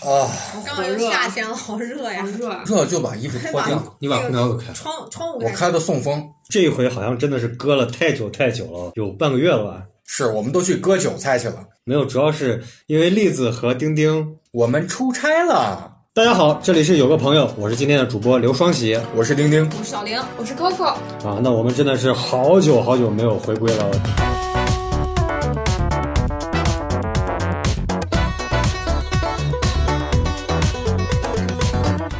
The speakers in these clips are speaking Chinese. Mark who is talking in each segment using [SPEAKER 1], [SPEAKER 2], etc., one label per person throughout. [SPEAKER 1] 啊，
[SPEAKER 2] 刚好又夏天了，好热呀
[SPEAKER 3] 好！热，啊
[SPEAKER 1] 热就把衣服脱
[SPEAKER 2] 哎
[SPEAKER 1] 掉。
[SPEAKER 4] 你把空调给开。
[SPEAKER 2] 窗窗户
[SPEAKER 1] 我
[SPEAKER 2] 盖
[SPEAKER 1] 开的送风，
[SPEAKER 4] 这回好像真的是割了太久太久了，有半个月了吧？
[SPEAKER 1] 是我们都去割韭菜去了，
[SPEAKER 4] 没有，主要是因为栗子和丁丁。
[SPEAKER 1] 我们出差了。
[SPEAKER 4] 大家好，这里是有个朋友，我是今天的主播刘双喜
[SPEAKER 1] 我是丁丁，
[SPEAKER 2] 我是小玲，
[SPEAKER 3] 我是 Coco，
[SPEAKER 4] 啊。那我们真的是好久好久没有回归了。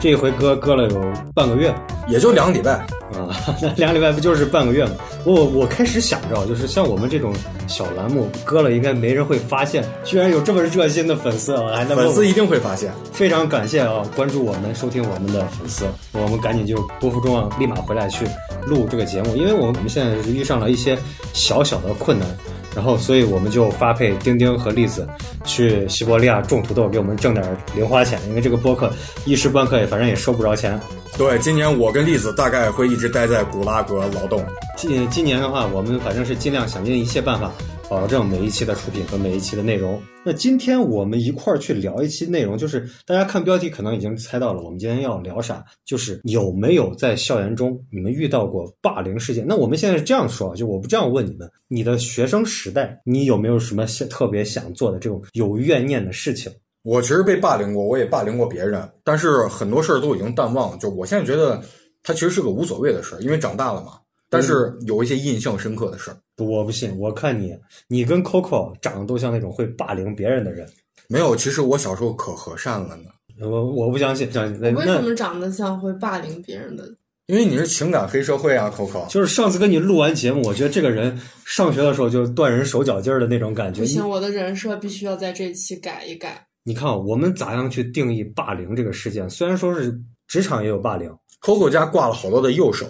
[SPEAKER 4] 这回割割了有半个月，
[SPEAKER 1] 也就两个礼拜。
[SPEAKER 4] 啊，那两个礼拜不就是半个月吗？我我开始想着，就是像我们这种小栏目割了，应该没人会发现，居然有这么热心的粉丝啊！还能够
[SPEAKER 1] 粉丝一定会发现，
[SPEAKER 4] 非常感谢啊，关注我们、收听我们的粉丝，我们赶紧就不负众望，立马回来去录这个节目，因为我们我们现在是遇上了一些小小的困难，然后所以我们就发配丁丁和栗子去西伯利亚种土豆，给我们挣点零花钱，因为这个播客一时半刻也反正也收不着钱。
[SPEAKER 1] 对，今年我跟栗子大概会一直待在古拉格劳动。
[SPEAKER 4] 今呃今年的话，我们反正是尽量想尽一切办法，保证每一期的出品和每一期的内容。那今天我们一块儿去聊一期内容，就是大家看标题可能已经猜到了，我们今天要聊啥？就是有没有在校园中你们遇到过霸凌事件？那我们现在是这样说啊，就我不这样问你们，你的学生时代，你有没有什么想特别想做的这种有怨念的事情？
[SPEAKER 1] 我其实被霸凌过，我也霸凌过别人，但是很多事儿都已经淡忘了。就我现在觉得，它其实是个无所谓的事儿，因为长大了嘛。但是有一些印象深刻的事儿，
[SPEAKER 4] 不我不信，我看你，你跟 Coco 长得都像那种会霸凌别人的人，
[SPEAKER 1] 没有。其实我小时候可和善了呢，
[SPEAKER 4] 我我不相信，相信那
[SPEAKER 3] 为什
[SPEAKER 4] 那
[SPEAKER 3] 么长得像会霸凌别人的？
[SPEAKER 1] 因为你是情感黑社会啊，Coco。
[SPEAKER 4] 就是上次跟你录完节目，我觉得这个人上学的时候就断人手脚筋儿的那种感觉。
[SPEAKER 3] 不
[SPEAKER 4] 你
[SPEAKER 3] 行，我的人设必须要在这一期改一改。
[SPEAKER 4] 你看啊，我们咋样去定义霸凌这个事件？虽然说是职场也有霸凌，
[SPEAKER 1] Coco 家挂了好多的右手，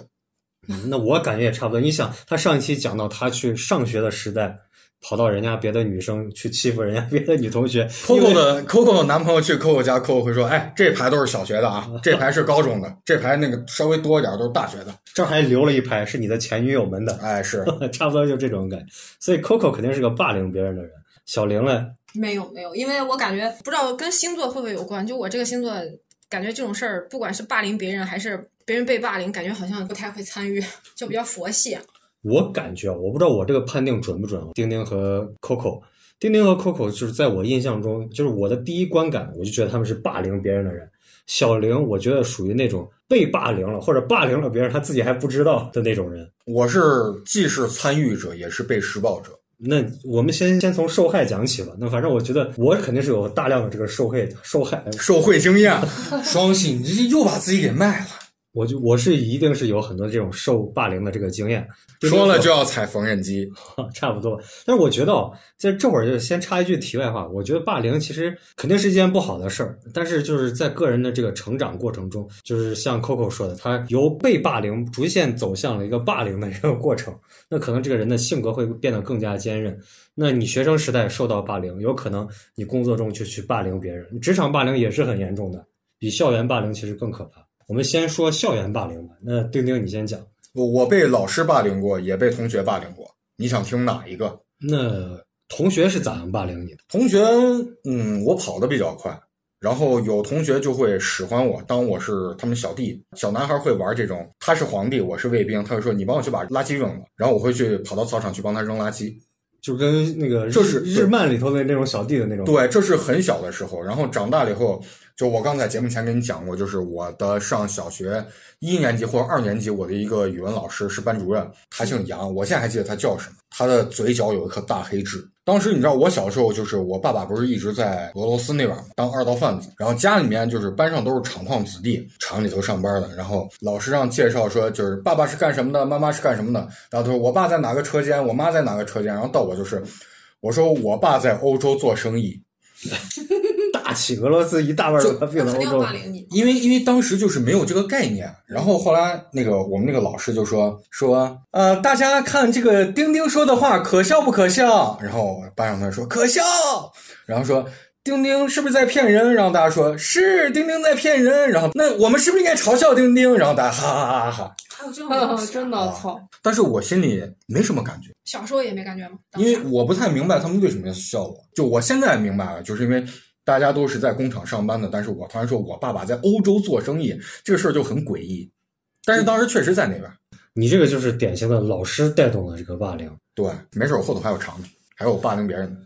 [SPEAKER 4] 嗯那我感觉也差不多。你想，他上一期讲到他去上学的时代，跑到人家别的女生去欺负人家别的女同学，因
[SPEAKER 1] Coco
[SPEAKER 4] 为
[SPEAKER 1] 的 Coco 的男朋友去 Coco 家，Coco 会说：“哎，这排都是小学的啊，这排是高中的，这排那个稍微多一点都是大学的。
[SPEAKER 4] 这儿还留了一排是你的前女友们”的，
[SPEAKER 1] 哎，是
[SPEAKER 4] 差不多就这种感觉。所以 Coco 肯定是个霸凌别人的人。小玲嘞，
[SPEAKER 2] 没有没有，因为我感觉不知道跟星座会不会有关，就我这个星座，感觉这种事儿，不管是霸凌别人还是别人被霸凌，感觉好像不太会参与，就比较佛系。啊
[SPEAKER 4] 我感觉啊，我不知道我这个判定准不准啊。丁丁和 Coco，丁丁和 Coco 就是在我印象中，就是我的第一观感，我就觉得他们是霸凌别人的人。小玲，我觉得属于那种被霸凌了或者霸凌了别人，他自己还不知道的那种人。
[SPEAKER 1] 我是既是参与者，也是被施暴者。
[SPEAKER 4] 那我们先先从受害讲起吧。那反正我觉得我肯定是有大量的这个受害受害，
[SPEAKER 1] 受贿经 验，双喜，你这又把自己给卖了。
[SPEAKER 4] 我就我是一定是有很多这种受霸凌的这个经验。丁丁
[SPEAKER 1] 说了
[SPEAKER 4] 和
[SPEAKER 1] 就要踩缝纫机，
[SPEAKER 4] 差不多。但是我觉得哦，在这会儿就先插一句题外话，我觉得霸凌其实肯定是一件不好的事儿，但是就是在个人的这个成长过程中，就是像 Coco 说的，他由被霸凌逐渐走向了一个霸凌的这个过程，那可能这个人的性格会变得更加坚韧。那你学生时代受到霸凌，有可能你工作中就去霸凌别人，职场霸凌也是很严重的，比校园霸凌其实更可怕。我们先说校园霸凌吧，那丁丁你先讲。
[SPEAKER 1] 我我被老师霸凌过，也被同学霸凌过。你想听哪一个？
[SPEAKER 4] 那同学是咋样霸凌你的？
[SPEAKER 1] 同学，嗯，我跑得比较快，然后有同学就会使唤我，当我是他们小弟。小男孩会玩这种，他是皇帝，我是卫兵，他会说你帮我去把垃圾扔了，然后我会去跑到操场去帮他扔垃圾。
[SPEAKER 4] 就跟那个日
[SPEAKER 1] 就是对
[SPEAKER 4] 日漫里头的那种小弟的那种。，
[SPEAKER 1] 对，这是很小的时候，然后长大了以后，就我刚才节目前跟你讲过，就是我的上小学一年级或者二年级，我的一个语文老师是班主任，他姓杨，我现在还记得他叫什么，他的嘴角有一颗大黑痣。当时你知道我小时候就是我爸爸不是一直在俄罗斯那边嘛当二道贩子，然后家里面就是班上都是厂矿子弟，厂里头上班的，然后老师让介绍说就是爸爸是干什么的，妈妈是干什么的，然后他说我爸在哪个车间，我妈在哪个车间，然后到我就是。我说我爸在欧洲做生意，
[SPEAKER 4] 大起俄罗斯一大半儿的
[SPEAKER 2] 那
[SPEAKER 4] 病
[SPEAKER 2] 肯
[SPEAKER 4] 欧
[SPEAKER 2] 定要
[SPEAKER 4] 洲
[SPEAKER 2] 霸。凌你。
[SPEAKER 1] 因为因为当时就是没有这个概念，然后后来那个我们那个老师就说说呃，大家看这个丁丁说的话可笑不可笑？然后班上同学说可笑，然后说丁丁是不是在骗人？然后大家说是丁丁在骗人，然后那我们是不是应该嘲笑丁丁？然后大家哈哈哈哈哈。
[SPEAKER 2] 还有这种
[SPEAKER 3] 呵
[SPEAKER 2] 人
[SPEAKER 3] 呵 真的
[SPEAKER 1] 啊
[SPEAKER 3] 操！
[SPEAKER 1] 但是我心里没什么感觉，
[SPEAKER 2] 小时候也没感觉吗？
[SPEAKER 1] 因为我不太明白他们为什么要笑我。就我现在明白了，就是因为大家都是在工厂上班的，但是我突然说我爸爸在欧洲做生意，这个事儿就很诡异。但是当时确实在那边，
[SPEAKER 4] 你这个就是典型的老师带动了这个霸凌。
[SPEAKER 1] 对，没事，我后头还有长的，还有霸凌别人的。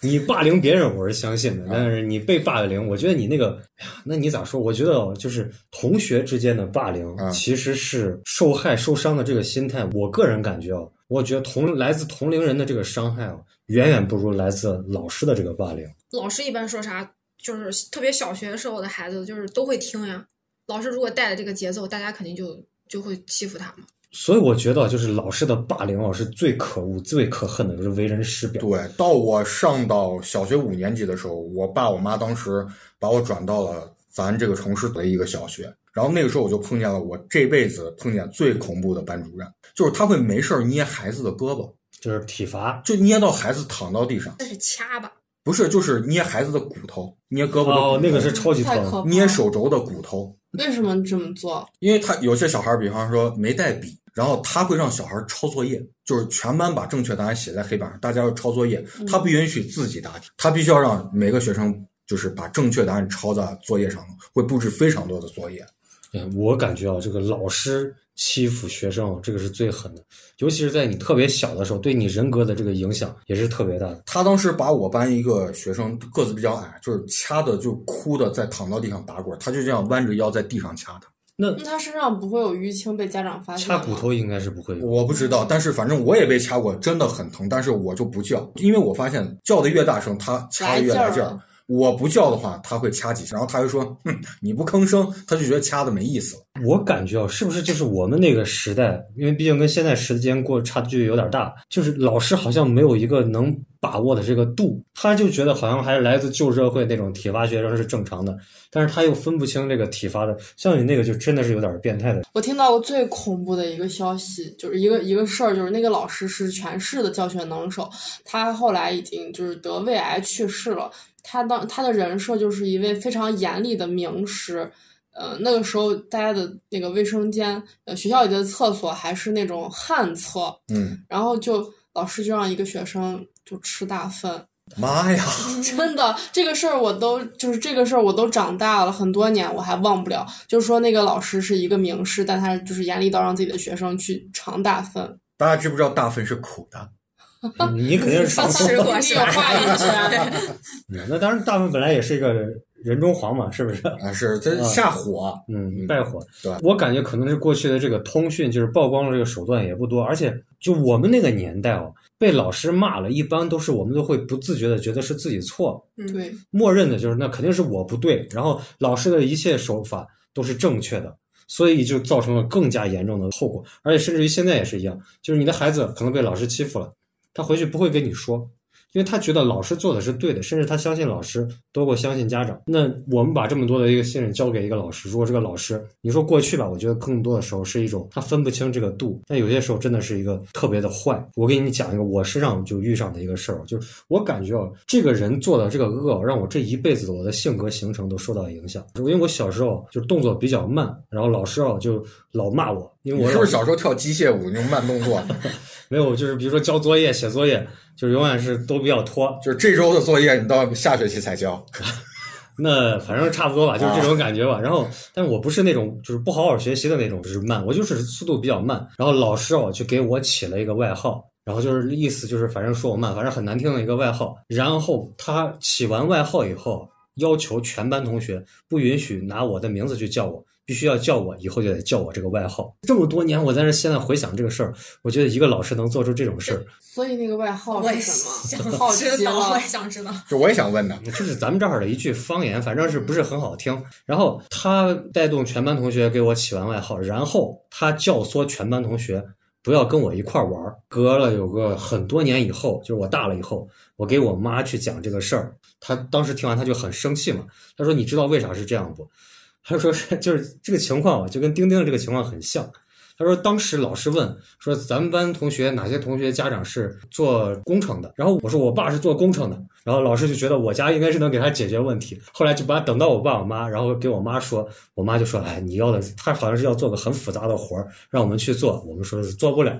[SPEAKER 4] 你霸凌别人我是相
[SPEAKER 1] 啊
[SPEAKER 4] 信的，但是你被霸凌，我觉得你那个，哎呀，那你咋说？我觉得哦就是同学之间的霸凌
[SPEAKER 1] 嗯，
[SPEAKER 4] 其实是受害受伤的这个心态。我个人感觉啊，我觉得同来自同龄人的这个伤害啊，远远不如来自老师的这个霸凌。
[SPEAKER 2] 老师一般说啥，就是特别小学时候的孩子，就是都会听呀。老师如果带着这个节奏，大家肯定就就会欺负他嘛。
[SPEAKER 4] 所以我觉得，哦就是老师的霸凌啊，是最可恶、最可恨的，就是为人师表。
[SPEAKER 1] 对，到我上到小学五年级的时候，我爸我妈当时把我转到了咱这个城市的一个小学，然后那个时候我就碰见了我这辈子碰见最恐怖的班主任，就是他会没事儿捏孩子的胳膊，
[SPEAKER 4] 就是体罚。
[SPEAKER 1] 就捏到孩子躺到地上，
[SPEAKER 2] 那是掐吧，
[SPEAKER 1] 不是就是捏孩子的骨头，捏胳膊的骨头
[SPEAKER 4] 哦，那个是超级
[SPEAKER 3] 太
[SPEAKER 4] 疼。
[SPEAKER 3] 可怕。
[SPEAKER 1] 捏？手肘的骨头，
[SPEAKER 3] 为什么这么做？
[SPEAKER 1] 因为他有些小孩儿，比方说没带笔，然后他会让小孩儿抄作业，就是全班把正确答案写在黑板上，大家要抄作业，
[SPEAKER 2] 嗯
[SPEAKER 1] 他不允许自己答题，他必须要让每个学生就是把正确答案抄在作业上，会布置非常多的作业。
[SPEAKER 4] 哎我感觉啊，这个老师欺负学生啊，这个是最狠的，尤其是在你特别小的时候，对你人格的这个影响也是特别大的。
[SPEAKER 1] 他当时把我班一个学生个子比较矮，就是掐的就哭的在躺到地上打滚，他就这样弯着腰在地上掐他。
[SPEAKER 4] 那
[SPEAKER 3] 那他身上不会有淤青被家长发现？
[SPEAKER 4] 掐骨。头应该是不会有，
[SPEAKER 1] 我不知道，但是反正我也被掐过，真的很疼，但是我就不叫，因为我发现叫的越大声，他掐的越来
[SPEAKER 3] 来
[SPEAKER 1] 劲
[SPEAKER 3] 劲
[SPEAKER 1] 儿
[SPEAKER 3] 儿。
[SPEAKER 1] 我不叫的话，他会掐几下，然后他就说：“哼，你不吭声。”他就觉得掐的没意思了。
[SPEAKER 4] 我感觉啊，是不是就是我们那个时代，因为毕竟跟现在时间过差距有点大，就是老师好像没有一个能把握的这个度，他就觉得好像还是来自旧社会那种体罚学生是正常的，但是他又分不清这个体罚的，像你那个就真的是有点变 态的。
[SPEAKER 3] 我听到过最恐怖的一个消息，就是一个一个事儿，就是那个老师是全市的教学能手，他后来已经就是得胃癌去世了。他当他的人设就是一位非常严厉的名师，呃，那个时候大家的那个卫生间，呃，学校里的厕所还是那种旱厕，
[SPEAKER 1] 嗯，
[SPEAKER 3] 然后就老师就让一个学生就吃大粪，
[SPEAKER 1] 妈呀！
[SPEAKER 3] 真的，这个事儿我都就是这个事儿我都长大了很多年，我还忘不了。就是说那个老师是一个名师，但他就是严厉到让自己的学生去尝大粪。
[SPEAKER 2] 嗯
[SPEAKER 1] 大家知不知道大粪是苦的？
[SPEAKER 4] 你肯定是尝
[SPEAKER 2] 吃过是吧？
[SPEAKER 3] 有话语权
[SPEAKER 4] 嗯那当然，大粪本来也是一个人中黄嘛，是不是？
[SPEAKER 1] 啊，是这
[SPEAKER 4] 嗯
[SPEAKER 1] 下火。
[SPEAKER 4] 嗯
[SPEAKER 1] 嗯，
[SPEAKER 4] 败火。
[SPEAKER 1] 对
[SPEAKER 4] 我感觉可能是过去的这个通讯，就是曝光的这个手段也不多，而且就我们那个年代哦，被老师骂了，一般都是我们都会不自觉的觉得是自己错，
[SPEAKER 2] 嗯，
[SPEAKER 3] 对，
[SPEAKER 4] 默认的就是那肯定是我不对，然后老师的一切手法都是正确的。所以就造成了更加严重的后果，而且甚至于现在也是一样，就是你的孩子可能被老师欺负了，他回去不会跟你说，因为他觉得老师做的是对的，甚至他相信老师多过相信家长。那我们把这么多的一个信任交给一个老师，如果这个老师，你说过去吧，我觉得更多的时候是一种他分不清这个度，但有些时候真的是一个特别的坏。我给你讲一个我身上就遇上的一个事儿，就是我感觉啊，这个人做的这个恶，让我这一辈子的我的性格形成都受到影响。因为我小时候就动作比较慢，然后老师啊就老骂我，因为
[SPEAKER 1] 你
[SPEAKER 4] 我
[SPEAKER 1] 是不
[SPEAKER 4] 老
[SPEAKER 1] 是小时候跳机械舞那种慢动作？
[SPEAKER 4] 没有就是比如说交作业、写作业，就是永远是都比较拖，
[SPEAKER 1] 就是这周的作业你到下学期才交。
[SPEAKER 4] 那反正差不多吧，就是这种感觉吧。然后，但我不是那种就是不好好学习的那种，就是慢，我就是速度比较慢。然后老师哦，就给我起了一个外号，然后就是意思就是反正说我慢，反正很难听的一个外号。然后他起完外号以后，要求全班同学不允许拿我的名字去叫我。必须要叫我，以后就得叫我这个外号。这么多年，我在这现在回想这个事儿，我觉得一个老师能做出这种事儿，
[SPEAKER 3] 所以那个外号
[SPEAKER 2] 我也
[SPEAKER 3] 是什
[SPEAKER 2] 想
[SPEAKER 3] 么？ 好奇
[SPEAKER 2] 知道，我
[SPEAKER 3] 了
[SPEAKER 2] 也。想 知道。
[SPEAKER 1] 就我也想问呢，
[SPEAKER 4] 这是咱们这儿的一句方言，反正是不是很好听。然后他带动全班同学给我起完外号，然后他教唆全班同学不要跟我一块儿玩儿。隔了有个很多年以后，就是我大了以后，我给我妈去讲这个事儿，她当时听完她就很生气嘛，她说：“你知道为啥是这样不？”她说是 就是这个情况啊，就跟丁丁的这个情况很像。他说当时老师问说咱们班同学哪些同学家长是做工程的，然后我说我爸是做工程的，然后老师就觉得我家应该是能给他解决问题，后来就把等到我爸我妈，然后给我妈说，我妈就说哎你要的他好像是要
[SPEAKER 2] 哦
[SPEAKER 4] 做个很复杂的活儿，让我们去做，我们说是做不了，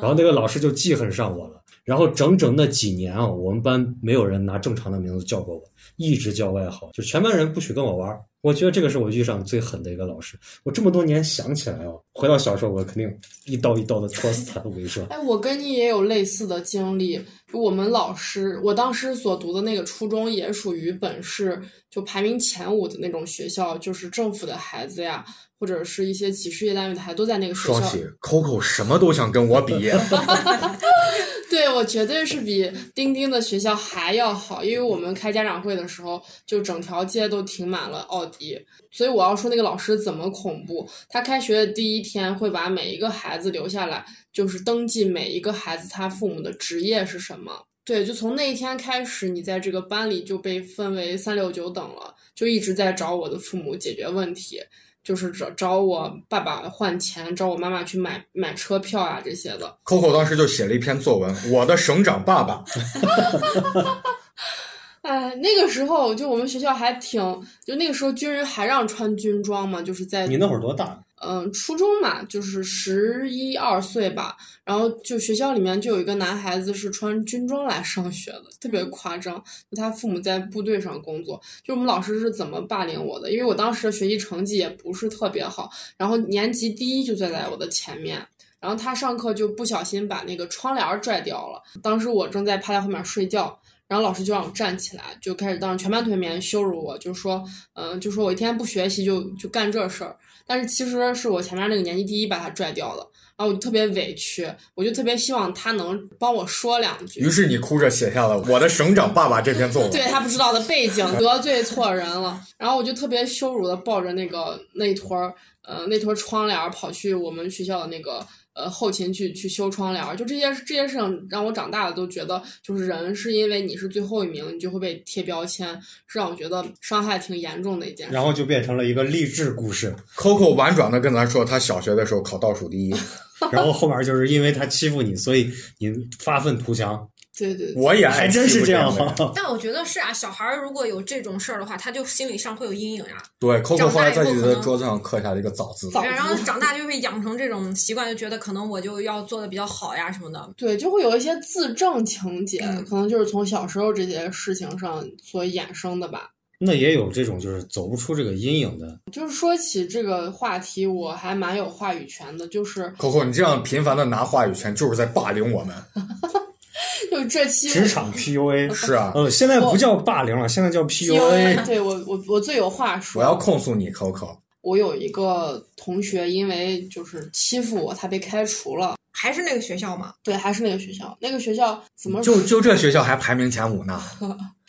[SPEAKER 4] 然后那个老师就记恨上我了。然后整整那几年啊，我们班没有人拿正常的名字叫过我，一直叫外号，就全班人不许跟我玩儿。我觉得这个是我遇上最狠的一个老师。我这么多年想起来啊，回到小时候，我肯定一刀一刀的戳死他。我跟你说，
[SPEAKER 3] 哎，我跟你也有类似的经历。我们老师，我当时所读的那个初中也属于本市就排名前五的那种学校，就是政府的孩子呀，或者是一些企事业单位的孩子都在那个学
[SPEAKER 1] 双
[SPEAKER 3] 校。
[SPEAKER 1] 喜 Coco 什么都想跟我 比，
[SPEAKER 3] 对我绝对是比钉钉的学校还要好，因为我们开家长会的时候，就整条街都停满了奥迪。所以我要说那个老师怎么恐怖，他开学的第一天会把每一个孩子留下来，就是登记每一个孩子他父母的职业是什么。对，就从那一天开始，你在这个班里就被分为三六九等了，就一直在找我的父母解决问题。就是找找我爸爸换钱，找我妈妈去买买车票啊这些的，
[SPEAKER 1] Coco 当时就写了一篇作文，《我的省长爸爸》。
[SPEAKER 3] 哎，那个时候就我们学校还挺，就那个时候军人还让穿军装嘛，就是在
[SPEAKER 4] 你那会儿多大？
[SPEAKER 3] 嗯初中嘛，就是十一二岁吧，然后就学校里面就有一个男孩子是穿军装来上学的，特别夸张。就他父母在部队上工作，就我们老师是怎么霸凌我的？因为我当时的学习成绩也不是特别好，然后年级第一就坐在我的前面。然后他上课就不小心把那个窗帘儿拽掉了，当时我正在趴在后面睡觉，然后老师就让我站起来，就开始当着全班同学面羞辱我，就说，嗯、就说我一天不学习就就干这事儿。但是其实是我前面那个年级第一把他拽掉了，然后我就特别委屈，我就特别希望他能帮我说两句
[SPEAKER 1] 于。是你哭着写下了《我的省长爸爸》这篇作文。
[SPEAKER 3] 对他不知道的背景，得罪错人了。然后我就特别羞辱的抱着那个那一坨儿呃那坨窗帘儿跑去我们学校的那个呃后勤去去修窗帘儿。就这些这些事情让我长大了都觉得，就是人是因为你是最后一名，你就会被贴标签，是让我觉得伤害挺严重的一件事。
[SPEAKER 4] 然后就变成了一个励志故事，
[SPEAKER 1] Coco 婉转的跟咱说，他小学的时候考倒数 第一。
[SPEAKER 4] 然后后面就是因为他欺负你，所以你发愤图强，
[SPEAKER 3] 对对对。
[SPEAKER 1] 我也爱
[SPEAKER 4] 哎还真
[SPEAKER 1] 欺
[SPEAKER 4] 是
[SPEAKER 1] 负
[SPEAKER 4] 这
[SPEAKER 1] 这
[SPEAKER 4] 样
[SPEAKER 1] 的人。
[SPEAKER 4] 哈。
[SPEAKER 2] 但我觉得是啊，小孩儿如果有这种事儿的话，他就心理上会有阴影呀、
[SPEAKER 1] 对，Coco 后来在自己
[SPEAKER 2] 长大以后可
[SPEAKER 1] 的
[SPEAKER 2] 能
[SPEAKER 1] 桌子上刻下了一个早字。
[SPEAKER 3] 早
[SPEAKER 2] 然后
[SPEAKER 3] 熟
[SPEAKER 2] 长大就会养成这种习惯，就觉得可能我就要做的比较好呀什么的。
[SPEAKER 3] 对，就会有一些自证情节，
[SPEAKER 2] 嗯
[SPEAKER 3] 可能就是从小时候这些事情上所衍生的吧。
[SPEAKER 4] 那也有这种就是走不出这个阴影的，
[SPEAKER 3] 就是说起这个话题，我还蛮有话语权的。就是
[SPEAKER 1] Coco，你这样频繁的拿话语权，就是在霸凌我们。
[SPEAKER 3] 就这期
[SPEAKER 4] 职场 PUA。
[SPEAKER 1] 是啊，
[SPEAKER 4] 呃，现在不叫霸凌了，现在叫 PUA。
[SPEAKER 3] 对我我我最有话说。
[SPEAKER 1] 我要控诉你，Coco。
[SPEAKER 3] 我有一个同学，因为就是欺负我，他被开除了。
[SPEAKER 2] 还是那个学校嘛，
[SPEAKER 3] 对，还是那个学校，那个学校怎么
[SPEAKER 1] 就就这学校还排名前五呢，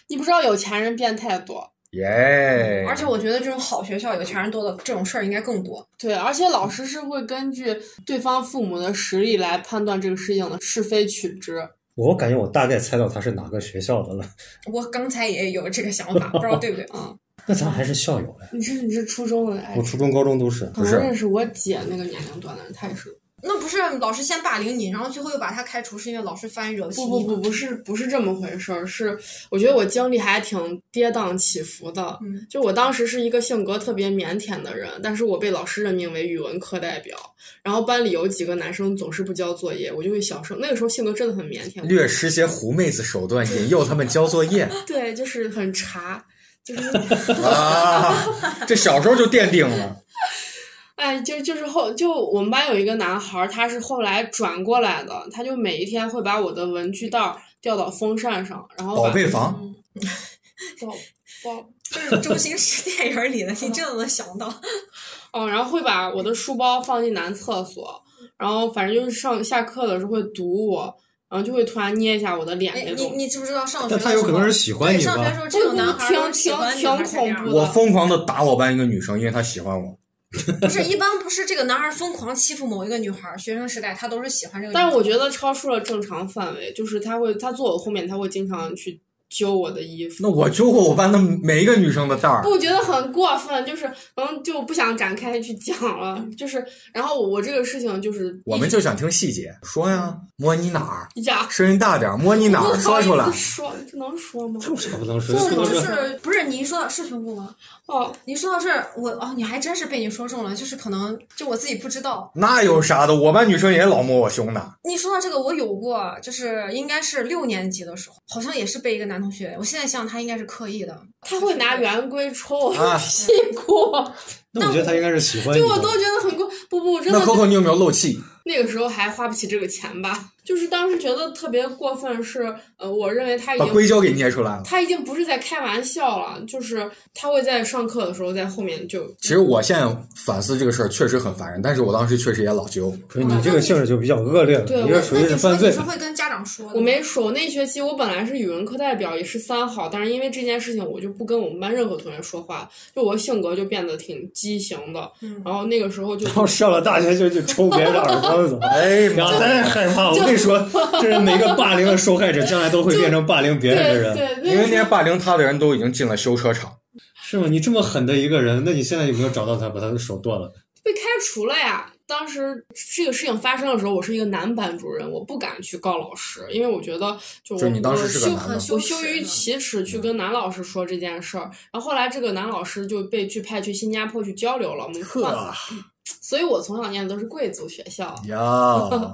[SPEAKER 3] 你不知道有钱人变态多。啊
[SPEAKER 1] 耶！
[SPEAKER 2] 嗯而且我觉得这种好学校有钱人多的这种事儿应该更多。
[SPEAKER 3] 对，而且老师是会根据对方父母的实力来判断这个事情的是非曲直。
[SPEAKER 4] 我感觉我大概猜到他是哪个学校的了。
[SPEAKER 2] 我刚才也有这个想法，不知道对 不对啊？
[SPEAKER 4] 那咱还是校友哎嘞，
[SPEAKER 3] 你是你是初中的，哎
[SPEAKER 4] 我，初中、高中都是。
[SPEAKER 3] 可
[SPEAKER 1] 不是
[SPEAKER 3] 能认识我姐那个年龄段的人，她也是。
[SPEAKER 2] 那不是老师先霸凌你，然后最后又把他开除，是因为老师翻惹起
[SPEAKER 3] 不
[SPEAKER 2] 你
[SPEAKER 3] 不
[SPEAKER 2] 吗
[SPEAKER 3] 不，，不是不是这么回事儿，是我觉得我经历还挺跌宕起伏的。
[SPEAKER 2] 嗯，
[SPEAKER 3] 就我当时是一个性格特别腼腆的人，但是我被老师任命为语文课代表。然后班里有几个男生总是不交作业，我就会小声。那个时候性格真的很腼腆，
[SPEAKER 1] 略施些狐妹子手段，引诱他们交作业
[SPEAKER 3] 对，就是很茶，就是
[SPEAKER 1] 啊！这小时候就奠定了。
[SPEAKER 3] 哎，就就是后就我们班有一个男孩儿，他是后来转过来的，他就每一天会把我的文具袋儿吊到风扇上，然后
[SPEAKER 1] 宝
[SPEAKER 3] 把
[SPEAKER 1] 贝房，
[SPEAKER 3] 宝
[SPEAKER 2] 就
[SPEAKER 3] 宝
[SPEAKER 2] 是周星驰电影里的，你真的能想到？
[SPEAKER 3] 哦，然后会把我的书包放进男厕所，然后反正就是上下课的时候会堵我，然后就会突然捏一下我的脸
[SPEAKER 2] 哎
[SPEAKER 3] 那，
[SPEAKER 2] 你
[SPEAKER 3] 种。
[SPEAKER 2] 你知不知道上学的
[SPEAKER 4] 但
[SPEAKER 2] 时候？
[SPEAKER 4] 他有可能是喜欢
[SPEAKER 2] 对
[SPEAKER 4] 你
[SPEAKER 2] 上学的时
[SPEAKER 4] 吧？
[SPEAKER 2] 候，这种男孩儿
[SPEAKER 3] 不不不
[SPEAKER 2] 喜欢女
[SPEAKER 3] 挺
[SPEAKER 2] 孩儿
[SPEAKER 3] 挺
[SPEAKER 2] 才这样
[SPEAKER 3] 恐怖
[SPEAKER 1] 我疯狂的打我班一个女生，因为她喜欢我。
[SPEAKER 2] 不是一般不是这个男孩儿疯狂欺负某一个女孩儿，学生时代他都是喜欢这个女孩
[SPEAKER 3] 但
[SPEAKER 2] 儿。
[SPEAKER 3] 是我觉得超出了正常范围，就是他会，他坐我后面，他会经常去揪我的衣服。
[SPEAKER 1] 那我揪过我班的每一个女生的带儿，
[SPEAKER 3] 我觉得很过分，就是嗯，就不想展开去讲了。就是，然后我这个事情就是
[SPEAKER 1] 我们就想听细节，说呀，摸你哪儿，
[SPEAKER 3] 一讲，
[SPEAKER 1] 声音大点儿，摸你哪
[SPEAKER 3] 我
[SPEAKER 1] 儿，
[SPEAKER 3] 不
[SPEAKER 1] 说
[SPEAKER 3] 好
[SPEAKER 1] 出
[SPEAKER 3] 意
[SPEAKER 1] 来
[SPEAKER 3] 思。说这能说吗？
[SPEAKER 4] 这有啥不能说？
[SPEAKER 2] 这
[SPEAKER 4] 不能
[SPEAKER 2] 种
[SPEAKER 4] 说
[SPEAKER 2] 是不是你一说到是胸部吗？
[SPEAKER 3] 哦，
[SPEAKER 2] 你说到这儿，我哦，你还真是被你说中了，就是可能就我自己不知道。
[SPEAKER 1] 那有啥的？我班女生也老摸我胸呢。
[SPEAKER 2] 你说到这个，我有过，就是应该是六年级的时候，好像也是被一个男同学，我现在想他应该是刻意的，
[SPEAKER 3] 他会拿圆规抽我
[SPEAKER 1] 啊
[SPEAKER 3] 的屁股，
[SPEAKER 4] 那我觉得他应该是喜欢你
[SPEAKER 3] 就
[SPEAKER 4] 的。
[SPEAKER 3] 我都觉得很过。不不，我真
[SPEAKER 1] 那
[SPEAKER 3] 的
[SPEAKER 1] Coco，你有没有漏气？
[SPEAKER 3] 那个时候还花不起这个钱吧？就是当时觉得特别过分是，呃，我认为他已
[SPEAKER 1] 把
[SPEAKER 3] 经
[SPEAKER 1] 硅胶给捏出来了。
[SPEAKER 3] 他已经不是在开玩笑了，就是他会在上课的时候在后面就
[SPEAKER 1] 其实我现在反思这个事儿确实很烦人，但是我当时确实也老揪。
[SPEAKER 4] 不是你这个性质就比较恶劣了，
[SPEAKER 3] 对
[SPEAKER 4] 你这属
[SPEAKER 2] 那
[SPEAKER 4] 于
[SPEAKER 2] 你说
[SPEAKER 4] 是犯
[SPEAKER 2] 你
[SPEAKER 4] 罪
[SPEAKER 2] 是。会跟家长说的？
[SPEAKER 3] 我没说，我那学期我本来是语文课代表，也是三好，但是因为这件事情，我就不跟我们班任何同学说话，就我性格就变得挺畸形的。
[SPEAKER 2] 嗯
[SPEAKER 3] 然后那个时候就
[SPEAKER 4] 然后上了大学就去抽别人的耳光子，
[SPEAKER 1] 哎
[SPEAKER 4] 然后太害怕！我跟你说， 这是每个霸凌的受害者，将来都会变成霸凌别
[SPEAKER 3] 对
[SPEAKER 4] 人的人，
[SPEAKER 3] 对，
[SPEAKER 1] 因为那
[SPEAKER 3] 那
[SPEAKER 1] 些霸凌他的人都已经进了修车厂，
[SPEAKER 4] 是吗？你这么狠的一个人，那你现在有没有找到他，把他的手剁了？
[SPEAKER 3] 被开除了呀。当时这个事情发生的时候，我是一个男班主任，我不敢去告老师，因为我觉得就
[SPEAKER 1] 就
[SPEAKER 3] 我
[SPEAKER 1] 是你当时
[SPEAKER 3] 我
[SPEAKER 1] 是
[SPEAKER 3] 羞
[SPEAKER 1] 个男的
[SPEAKER 2] 很。羞
[SPEAKER 3] 我
[SPEAKER 2] 耻
[SPEAKER 3] 羞于
[SPEAKER 2] 的
[SPEAKER 3] 启齿去跟男老师说这件事儿，然后后来这个男老师就被去派去新加坡去交流了，我们换了，所以我从小念的都是贵族学校。
[SPEAKER 1] 呀，
[SPEAKER 3] 嗯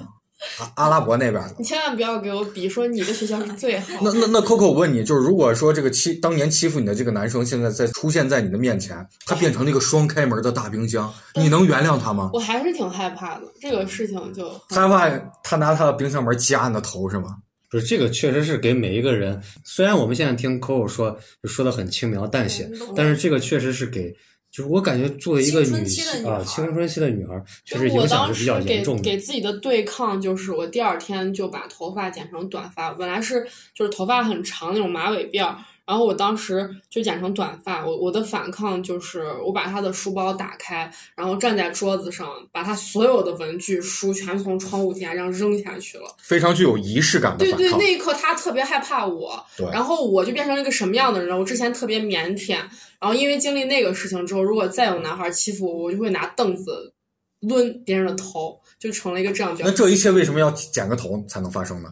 [SPEAKER 1] 阿阿拉伯那边的。
[SPEAKER 3] 你千万不要给我比说你的学校是最好
[SPEAKER 1] 那
[SPEAKER 3] 的，
[SPEAKER 1] 那那 Coco，我问你，就是如果说这个欺当年欺负你的这个男生，现在在出现在你的面前，他变成了一个双开门的大冰箱，你能原谅他吗？
[SPEAKER 3] 我还是挺害怕的。这个事情就
[SPEAKER 1] 害怕他拿他的冰箱门夹你的头是吗？
[SPEAKER 4] 不是这个，确实是给每一个人。虽然我们现在听 Coco 说，就说的很轻描淡写，但是这个确实是给，就是我感觉作为一个
[SPEAKER 2] 青春
[SPEAKER 4] 女
[SPEAKER 2] 期的
[SPEAKER 4] 性
[SPEAKER 2] 女孩
[SPEAKER 4] 啊，青春期的女孩，确
[SPEAKER 3] 就
[SPEAKER 4] 实
[SPEAKER 3] 是我
[SPEAKER 4] 影
[SPEAKER 3] 当
[SPEAKER 4] 响是比
[SPEAKER 3] 时
[SPEAKER 4] 较
[SPEAKER 3] 给
[SPEAKER 4] 严重
[SPEAKER 3] 给
[SPEAKER 4] 的。
[SPEAKER 3] 自己的对抗就是，我第二天就把头发剪成短发，本来是就是头发很长那种马尾辫儿，然后我当时就剪成短发。我我的反抗就是，我把他的书包打开，然后站在桌子上，把他所有的文具、书全从窗户底下这样扔下去了。
[SPEAKER 1] 非常具有仪式感的
[SPEAKER 3] 对
[SPEAKER 1] 反
[SPEAKER 3] 对，
[SPEAKER 1] 抗。
[SPEAKER 3] 那一刻他特别害怕我，
[SPEAKER 1] 对
[SPEAKER 3] 然后我就变成了一个什么样的人？我之前特别腼腆，然后因为经历那个事情之后，如果再有男孩欺负我，我就会拿凳子抡别人的头，就成了一个这样的
[SPEAKER 1] 那
[SPEAKER 3] 人。
[SPEAKER 1] 这一切为什么要剪个头才能发生呢？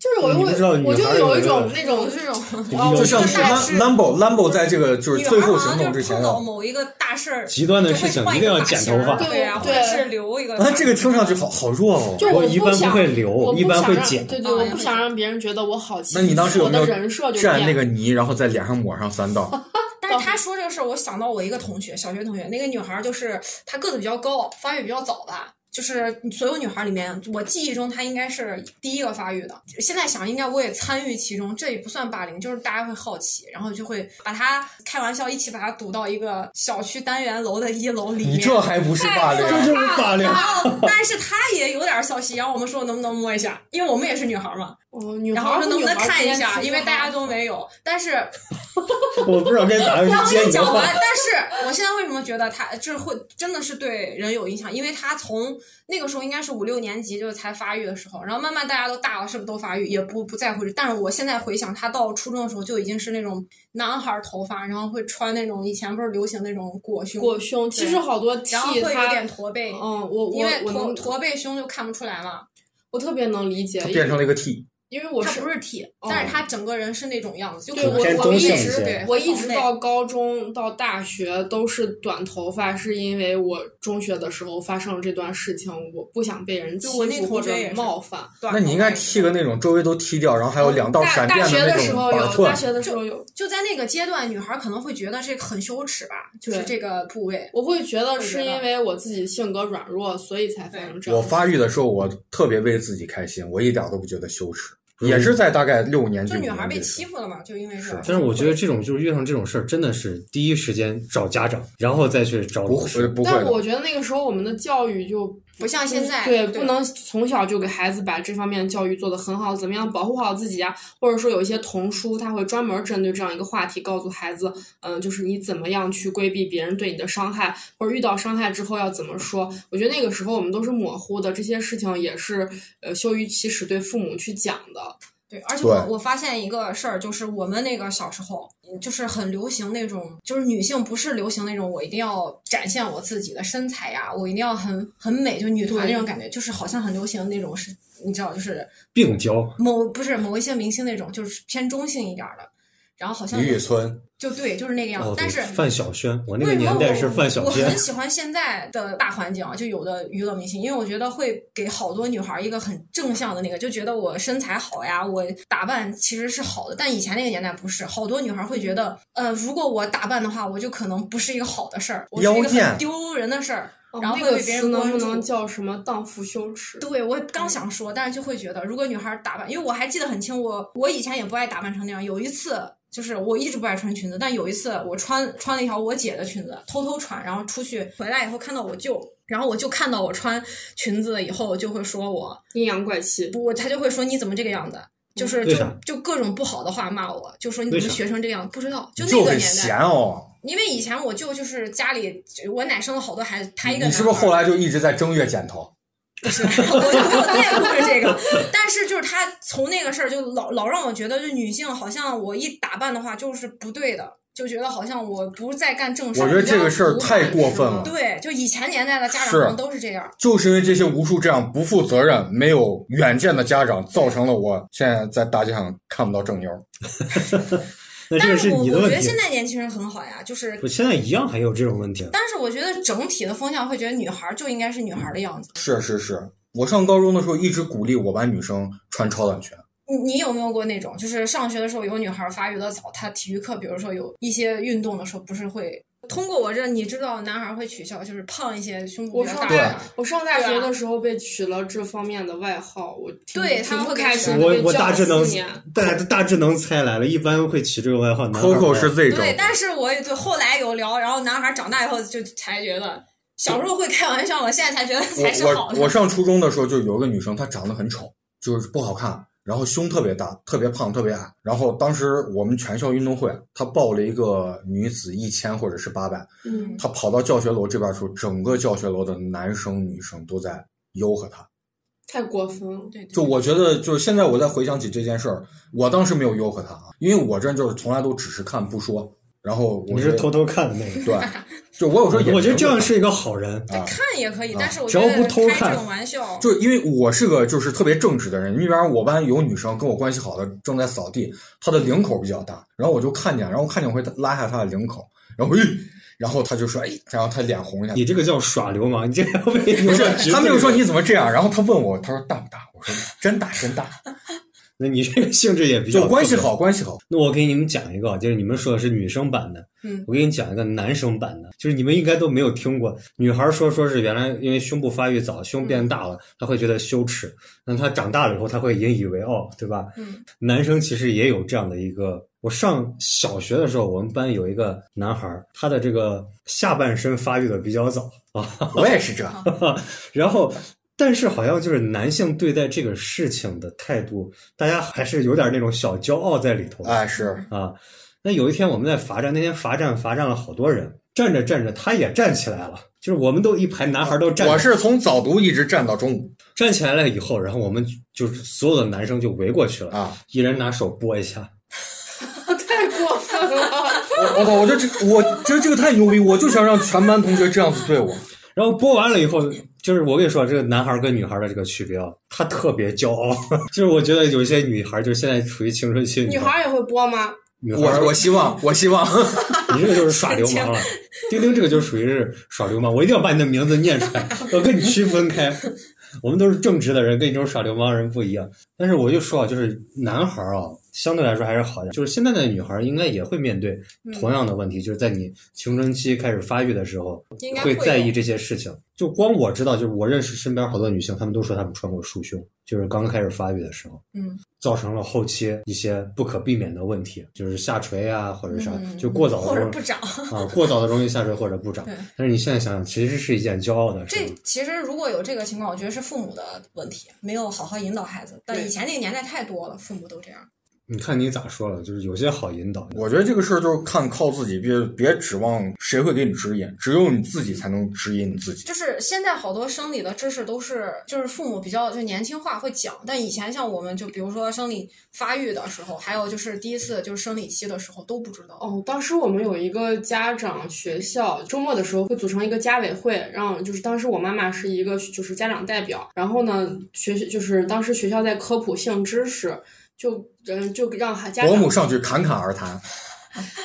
[SPEAKER 3] 就是我
[SPEAKER 4] 你不知道
[SPEAKER 3] 会，
[SPEAKER 4] 女
[SPEAKER 3] 我就
[SPEAKER 4] 孩
[SPEAKER 3] 有
[SPEAKER 4] 有
[SPEAKER 3] 一
[SPEAKER 4] 这
[SPEAKER 3] 种
[SPEAKER 4] 个
[SPEAKER 3] 那
[SPEAKER 2] 有
[SPEAKER 3] 种，
[SPEAKER 2] 这种。
[SPEAKER 3] 啊，
[SPEAKER 4] 有
[SPEAKER 3] 我
[SPEAKER 1] 就像
[SPEAKER 3] 个
[SPEAKER 1] 是
[SPEAKER 2] 是大
[SPEAKER 3] 大
[SPEAKER 2] 事
[SPEAKER 1] Lambo Lambo 在这个就是
[SPEAKER 2] 女
[SPEAKER 1] 最
[SPEAKER 2] 孩
[SPEAKER 1] 后
[SPEAKER 2] 好
[SPEAKER 1] 行
[SPEAKER 2] 像就
[SPEAKER 1] 动
[SPEAKER 2] 是
[SPEAKER 1] 之前啊
[SPEAKER 2] 碰到
[SPEAKER 1] 要，
[SPEAKER 2] 某一个大事儿，
[SPEAKER 4] 极端的事情
[SPEAKER 2] 就会换
[SPEAKER 4] 一定要
[SPEAKER 2] 个发
[SPEAKER 4] 剪
[SPEAKER 2] 型
[SPEAKER 4] 头发。
[SPEAKER 2] 对呀，或
[SPEAKER 3] 对
[SPEAKER 2] 者是留一个发
[SPEAKER 1] 啊，
[SPEAKER 2] 型。
[SPEAKER 1] 这个听上去好好弱哦。
[SPEAKER 3] 就
[SPEAKER 4] 我
[SPEAKER 3] 我
[SPEAKER 4] 一
[SPEAKER 3] 不
[SPEAKER 4] 般不
[SPEAKER 3] 想
[SPEAKER 4] 会留
[SPEAKER 3] 我
[SPEAKER 4] 一
[SPEAKER 3] 不
[SPEAKER 4] 般
[SPEAKER 3] 想
[SPEAKER 4] 会
[SPEAKER 3] 让
[SPEAKER 4] 剪
[SPEAKER 3] 对对，
[SPEAKER 2] 啊
[SPEAKER 3] 我
[SPEAKER 2] 也
[SPEAKER 3] 不
[SPEAKER 2] 会
[SPEAKER 3] 想让别人觉得我好欺负。
[SPEAKER 1] 那你当时有没有
[SPEAKER 3] 我的人设就
[SPEAKER 1] 蘸那
[SPEAKER 3] 变
[SPEAKER 1] 个
[SPEAKER 3] 了？哦
[SPEAKER 1] 泥，然后在脸上抹上三道？
[SPEAKER 2] 但是他说这个事儿，我想到我一个同学，小学同学，那个女孩儿就是她个子比较高，发育比较早吧。就是所有女孩儿里面，我记忆中她应该是第一个发育的。现在想，应该我也参与其中，这也不算霸凌，就是大家会好奇，然后就会把她开玩笑，一起把她堵到一个小区单元楼的一楼里面。
[SPEAKER 1] 你这还不是霸
[SPEAKER 4] 这
[SPEAKER 1] 凌？
[SPEAKER 4] 就是霸凌
[SPEAKER 3] 啊
[SPEAKER 2] 然。后，但是她也有点消息，然后我们说能不能摸一下，因为我们也是女孩儿嘛。
[SPEAKER 3] 哦，女
[SPEAKER 2] 然
[SPEAKER 3] 孩
[SPEAKER 2] 后
[SPEAKER 3] 儿
[SPEAKER 2] 说
[SPEAKER 3] 和
[SPEAKER 2] 能
[SPEAKER 3] 女
[SPEAKER 2] 不能
[SPEAKER 3] 孩儿之
[SPEAKER 2] 看一
[SPEAKER 3] 间
[SPEAKER 2] 下，
[SPEAKER 3] 其
[SPEAKER 2] 因
[SPEAKER 3] 实
[SPEAKER 2] 为大
[SPEAKER 3] 还
[SPEAKER 2] 家都没有。但是
[SPEAKER 4] 我不知道该 咋
[SPEAKER 2] 然
[SPEAKER 4] 样
[SPEAKER 2] 后
[SPEAKER 4] 去接
[SPEAKER 2] 你
[SPEAKER 4] 你的
[SPEAKER 2] 讲
[SPEAKER 4] 话
[SPEAKER 2] 完，。但是我现在为什么觉得他这会真的是对人有影响？因为他从那个时候应该是五六年级就是才发育的时候，然后慢慢大家都大了，是不是都发育，也不不在乎这。但是我现在回想，他到初中的时候就已经是那种男孩头发，然后会穿那种以前不是流行那种裹胸，
[SPEAKER 3] 裹胸，其实好多 T
[SPEAKER 2] 然后会有
[SPEAKER 3] 他
[SPEAKER 2] 点，驼背，
[SPEAKER 3] 嗯，我
[SPEAKER 2] 因
[SPEAKER 3] 我
[SPEAKER 2] 为
[SPEAKER 3] 我
[SPEAKER 2] 驼
[SPEAKER 3] 能
[SPEAKER 2] 驼背胸就看不出来了。
[SPEAKER 3] 我特别能理解，因
[SPEAKER 1] 变
[SPEAKER 3] 为
[SPEAKER 1] 成了一个 T，
[SPEAKER 3] 因为我
[SPEAKER 2] 他
[SPEAKER 3] 是
[SPEAKER 2] 不是 T，
[SPEAKER 3] 哦
[SPEAKER 2] 但是他整个人是那种样子，就
[SPEAKER 3] 对
[SPEAKER 2] 可能
[SPEAKER 3] 我偏
[SPEAKER 2] 我
[SPEAKER 3] 中
[SPEAKER 2] 一
[SPEAKER 3] 性一
[SPEAKER 2] 直
[SPEAKER 4] 些
[SPEAKER 2] 对
[SPEAKER 3] 我一直
[SPEAKER 2] 那
[SPEAKER 3] 到高中到大学都是短头发，是因为我中学的时候发生了这段事情，我不想被人欺
[SPEAKER 2] 就我那
[SPEAKER 3] 负或
[SPEAKER 2] 同学
[SPEAKER 3] 者
[SPEAKER 2] 也是
[SPEAKER 3] 冒犯。
[SPEAKER 2] 短
[SPEAKER 1] 那你应该
[SPEAKER 2] 头发
[SPEAKER 1] 剃个那种周围都剃掉，然后还有两
[SPEAKER 2] 嗯
[SPEAKER 1] 道
[SPEAKER 3] 大
[SPEAKER 1] 闪
[SPEAKER 3] 大
[SPEAKER 1] 电
[SPEAKER 3] 学
[SPEAKER 1] 那
[SPEAKER 3] 时
[SPEAKER 1] 种
[SPEAKER 3] 候有
[SPEAKER 1] 板，寸
[SPEAKER 3] 大。学的时候有，
[SPEAKER 2] 就在那个阶段，女孩可能会觉得这个很羞耻吧，就是
[SPEAKER 3] 对
[SPEAKER 2] 这个部位。
[SPEAKER 3] 我会觉得
[SPEAKER 2] 会
[SPEAKER 3] 是
[SPEAKER 2] 觉得
[SPEAKER 3] 因为我自己性格软弱，所以才发生这样。
[SPEAKER 1] 我发育的时候，我特别为自己开心，我一点都不觉得羞耻，也
[SPEAKER 4] 嗯
[SPEAKER 1] 是在大概六年级
[SPEAKER 2] 就
[SPEAKER 1] 五
[SPEAKER 2] 女
[SPEAKER 1] 年
[SPEAKER 2] 孩
[SPEAKER 1] 级
[SPEAKER 2] 被
[SPEAKER 1] 的时
[SPEAKER 2] 欺
[SPEAKER 1] 候。
[SPEAKER 2] 负了嘛，就因为
[SPEAKER 1] 是
[SPEAKER 4] 但是我觉得这种就是遇上这种事儿，真的是第一时间找家长，然后再去找
[SPEAKER 1] 不
[SPEAKER 4] 老
[SPEAKER 1] 会
[SPEAKER 4] 师。
[SPEAKER 1] 不会
[SPEAKER 3] 但
[SPEAKER 1] 的，
[SPEAKER 3] 我觉得那个时候我们的教育就
[SPEAKER 2] 不像现在
[SPEAKER 3] 对，
[SPEAKER 2] 对
[SPEAKER 3] 不能从小就给孩子把这方面的教育做得很好，怎么样保护好自己啊？或者说有一些童书，他会专门针对这样一个话题，告诉孩子，嗯、就是你怎么样去规避别人对你的伤害，或者遇到伤害之后要怎么说。我觉得那个时候我们都是模糊的，这些事情也是呃羞于启齿对父母去讲的。
[SPEAKER 2] 对，而且我
[SPEAKER 1] 对
[SPEAKER 2] 我发现一个事儿，就是我们那个小时候，嗯就是很流行那种，就是女性不是流行那种我一定要展现我自己的身材呀，我一定要很很美，就女团
[SPEAKER 3] 对
[SPEAKER 2] 那种感觉，就是好像很流行那种是，你知道，就是
[SPEAKER 4] 病娇，
[SPEAKER 2] 某不是某一些明星那种，就是偏中性一点儿的，然后好像
[SPEAKER 1] 李宇春，
[SPEAKER 2] 就对，就是那个样子。
[SPEAKER 4] 哦，
[SPEAKER 2] 但
[SPEAKER 4] 对
[SPEAKER 2] 是
[SPEAKER 4] 范晓萱，我那
[SPEAKER 2] 为
[SPEAKER 4] 个
[SPEAKER 2] 什么
[SPEAKER 4] 年
[SPEAKER 2] 我
[SPEAKER 4] 代是范晓
[SPEAKER 2] 我
[SPEAKER 4] 萱
[SPEAKER 2] 很，喜欢现在的大环境啊，就有的娱乐明星，因为我觉得会给好多女孩一个很正向的那个，就觉得我身材好呀，我打扮其实是好的。但以前那个年代不是，好多女孩会觉得，呃，如果我打扮的话，我就可能不是一个好的事儿，我是一个
[SPEAKER 1] 妖艳
[SPEAKER 2] 很丢人的事儿。然后
[SPEAKER 3] 那
[SPEAKER 2] 会
[SPEAKER 3] 哦个
[SPEAKER 2] 被别
[SPEAKER 3] 词
[SPEAKER 2] 人
[SPEAKER 3] 能
[SPEAKER 2] 关
[SPEAKER 3] 不
[SPEAKER 2] 注。
[SPEAKER 3] 能叫什么荡妇羞耻？
[SPEAKER 2] 对，我刚想说，但是就会觉得，如果女孩打扮，因为我还记得很清，我我以前也不爱打扮成那样。有一次，就是我一直不爱穿裙子，但有一次我穿穿了一条我姐的裙子，偷偷穿，然后出去回来以后看到我舅，然后我舅看到我穿裙子以后就会说我，
[SPEAKER 3] 阴阳怪气。
[SPEAKER 2] 我他就会说你怎么这个样子。就是
[SPEAKER 4] 为
[SPEAKER 2] 就
[SPEAKER 4] 啥
[SPEAKER 2] 就各种不好的话骂我，就说你
[SPEAKER 4] 为
[SPEAKER 2] 怎么
[SPEAKER 4] 啥
[SPEAKER 2] 学成这个样子，不知道，就
[SPEAKER 1] 就
[SPEAKER 2] 那个
[SPEAKER 1] 很
[SPEAKER 2] 年
[SPEAKER 1] 闲
[SPEAKER 2] 代，
[SPEAKER 1] 哦。
[SPEAKER 2] 因为以前我舅就是家里就我奶生了好多孩子，他一个
[SPEAKER 1] 你是不是
[SPEAKER 2] 男孩
[SPEAKER 1] 后来就一直在正月剪头？
[SPEAKER 2] 我就没有在乎是这个，但是就是他从那个事儿就老老让我觉得，就女性好像我一打扮的话就是不对的，就觉得好像我不在干正事儿。
[SPEAKER 1] 我觉得这个事儿
[SPEAKER 2] 比较
[SPEAKER 1] 太过分
[SPEAKER 3] 是
[SPEAKER 1] 了
[SPEAKER 3] 吗。
[SPEAKER 2] 对，就以前年代的家长好像都是这样。
[SPEAKER 1] 就是因为这些无数这样不负责任、没有远见的家长，造成了我现在在大街上看不到正妞。
[SPEAKER 4] 那这
[SPEAKER 2] 但
[SPEAKER 4] 个
[SPEAKER 2] 是我
[SPEAKER 4] 你的
[SPEAKER 2] 我觉
[SPEAKER 4] 问
[SPEAKER 2] 得
[SPEAKER 4] 题
[SPEAKER 2] 现。在年轻人很好呀，就是
[SPEAKER 4] 我，现在一样还有这种问题，
[SPEAKER 2] 但是我觉得整体的风向会觉得女孩儿就应该是女孩儿的样子。
[SPEAKER 1] 是是是，我上高中的时候一直鼓励我班女生穿超短裙。
[SPEAKER 2] 你你有没有过那种，就是上学的时候有女孩发育的早，她体育课比如说有一些运动的时候，不是会通过我这你知道男孩会取笑，就是胖一些胸部
[SPEAKER 3] 我
[SPEAKER 2] 比较
[SPEAKER 3] 上
[SPEAKER 2] 大
[SPEAKER 1] 对
[SPEAKER 2] 一点
[SPEAKER 3] 大
[SPEAKER 2] 儿。
[SPEAKER 3] 我上大学
[SPEAKER 2] 对
[SPEAKER 3] 的
[SPEAKER 2] 啊
[SPEAKER 3] 时候被取了这方面的外号，我挺
[SPEAKER 2] 对
[SPEAKER 3] 挺
[SPEAKER 2] 他
[SPEAKER 3] 不
[SPEAKER 2] 会给
[SPEAKER 3] 开
[SPEAKER 2] 取
[SPEAKER 3] 心的。
[SPEAKER 4] 我
[SPEAKER 3] 被
[SPEAKER 4] 我
[SPEAKER 3] 叫啊
[SPEAKER 4] 大
[SPEAKER 3] 了
[SPEAKER 4] 致
[SPEAKER 3] 四
[SPEAKER 4] 能
[SPEAKER 3] 年，
[SPEAKER 4] 大大致能猜来了，一般会起这个外号。男孩儿
[SPEAKER 1] Coco 是 Z 轴，
[SPEAKER 2] 对，但是我也对后来有聊，然后男孩长大以后就才觉得，小时候会开玩笑了，现在才觉得才是好
[SPEAKER 1] 我我我
[SPEAKER 2] 的。
[SPEAKER 1] 上初中的时候就有一个女生，她长得很丑，就是不好看，然后胸特别大，特别胖，特别矮。然后当时我们全校运动会，她报了一个女子一千或者是八百，
[SPEAKER 3] 嗯，
[SPEAKER 1] 她跑到教学楼这边的时候，整个教学楼的男生女生都在吆喝她。
[SPEAKER 3] 太过分了。
[SPEAKER 2] 对，
[SPEAKER 1] 就我觉得，就是现在我再回想起这件事儿，我当时没有吆喝他啊，因为我这就是从来都只是看不说，然后我
[SPEAKER 4] 你
[SPEAKER 1] 觉
[SPEAKER 4] 是
[SPEAKER 1] 得
[SPEAKER 4] 偷偷看的那个。
[SPEAKER 1] 对，就我有时候也
[SPEAKER 4] 我觉得这样是一个好人，
[SPEAKER 1] 啊，
[SPEAKER 2] 看也可以，
[SPEAKER 1] 啊
[SPEAKER 2] 但是我
[SPEAKER 4] 只
[SPEAKER 2] 觉得
[SPEAKER 4] 要不偷
[SPEAKER 2] 开
[SPEAKER 4] 看
[SPEAKER 2] 这种玩笑，
[SPEAKER 1] 就因为我是个就是特别正直的人，你比方我班有女生跟我关系好的正在扫地，她的领口比较大，然后我就看见，然后看见我会拉下她的领口，然后咦，然后她就说哎，然后她脸红一下，
[SPEAKER 4] 你这个叫耍流氓，你这个被
[SPEAKER 1] 不
[SPEAKER 4] 不
[SPEAKER 1] 是她没有说，你怎么这样，然后她问我，她说大不大？我说真大真大，嗯
[SPEAKER 4] 那你这个性质也比较
[SPEAKER 1] 就关系
[SPEAKER 4] 特别
[SPEAKER 1] 好关系好，
[SPEAKER 4] 那我给你们讲一个啊，就是你们说的是女生版的，
[SPEAKER 2] 嗯
[SPEAKER 4] 我给你讲一个男生版的，就是你们应该都没有听过。女孩说说是原来因为胸部发育早，胸
[SPEAKER 2] 嗯
[SPEAKER 4] 变大了，她会觉得羞耻，那她长大了以后，她会引以为傲，对吧？
[SPEAKER 2] 嗯，
[SPEAKER 4] 男生其实也有这样的一个。我上小学的时候，我们班有一个男孩，他的这个下半身发育的比较早 啊，
[SPEAKER 1] 我也是这，
[SPEAKER 4] 然后。但是好像就是男性对待这个事情的态度，大家还是有点那种小骄傲在里头的。
[SPEAKER 1] 哎是。
[SPEAKER 4] 啊。那有一天我们在罚站，那天罚站罚站了好多人，站着站着他也站起来了，就是我们都一排男孩都站着，
[SPEAKER 1] 我是从早读一直站到中午
[SPEAKER 4] 站起来了以后，然后我们就是所有的男生就围过去了，
[SPEAKER 1] 啊！
[SPEAKER 4] 一人拿手拨一下，
[SPEAKER 3] 太过分了！
[SPEAKER 1] 我我靠，我就这我觉得这个太牛逼，我就想让全班同学这样子对我。
[SPEAKER 4] 然后拨完了以后，就是我跟你说，这个男孩跟女孩的这个区别啊，他特别骄傲， 就是我觉得有一些女孩就是现在处于青春期的
[SPEAKER 3] 女
[SPEAKER 4] 女
[SPEAKER 3] 孩儿也会播吗？
[SPEAKER 4] 女孩
[SPEAKER 1] 我我希望，我希望
[SPEAKER 4] 你这个就是耍流氓了。丁丁这个就属于是耍流氓，我一定要把你的名字念出来，要跟你区分开。我们都是正直的人，跟你这种耍流氓的人不一样。但是我就说啊，就是男孩啊，相对来说还是好一点。就是现在的女孩应该也会面对同样的问题，就是在你青春期开始发育的时候，
[SPEAKER 2] 应该
[SPEAKER 4] 会在
[SPEAKER 2] 有
[SPEAKER 4] 意这些事情。就光我知道，就是我认识身边好多女性，她们都说她们穿过束胸，就是刚开始发育的时候。
[SPEAKER 2] 嗯，
[SPEAKER 4] 造成了后期一些不可避免的问题，就是下垂啊，或者啥，
[SPEAKER 2] 嗯
[SPEAKER 4] 就过早的
[SPEAKER 2] 或者
[SPEAKER 4] 容
[SPEAKER 2] 不长。
[SPEAKER 4] 啊，过早的容易下垂或者不长
[SPEAKER 2] 对。
[SPEAKER 4] 但是你现在想想，其实是一件骄傲的事
[SPEAKER 2] 这
[SPEAKER 4] 情。
[SPEAKER 2] 其实如果有这个情况，我觉得是父母的问题，没有好好引导孩子。但
[SPEAKER 3] 对
[SPEAKER 2] 以前那个年代太多了，父母都这样。
[SPEAKER 4] 你看你咋说了，就是有些好引导。
[SPEAKER 1] 我觉得这个事儿就是看靠自己，别别指望谁会给你指引，只有你自己才能指引你自己。
[SPEAKER 2] 就是现在好多生理的知识都是，就是父母比较就年轻化会讲，但以前像我们就比如说生理发育的时候，还有就是第一次就是生理期的时候都不知道。
[SPEAKER 3] 哦，当时我们有一个家长学校周末的时候会组成一个家委会，让就是当时我妈妈是一个就是家长代表，然后呢学就是当时学校在科普性知识，就嗯就让孩家
[SPEAKER 1] 伯母上
[SPEAKER 3] 长
[SPEAKER 1] 去侃侃而谈，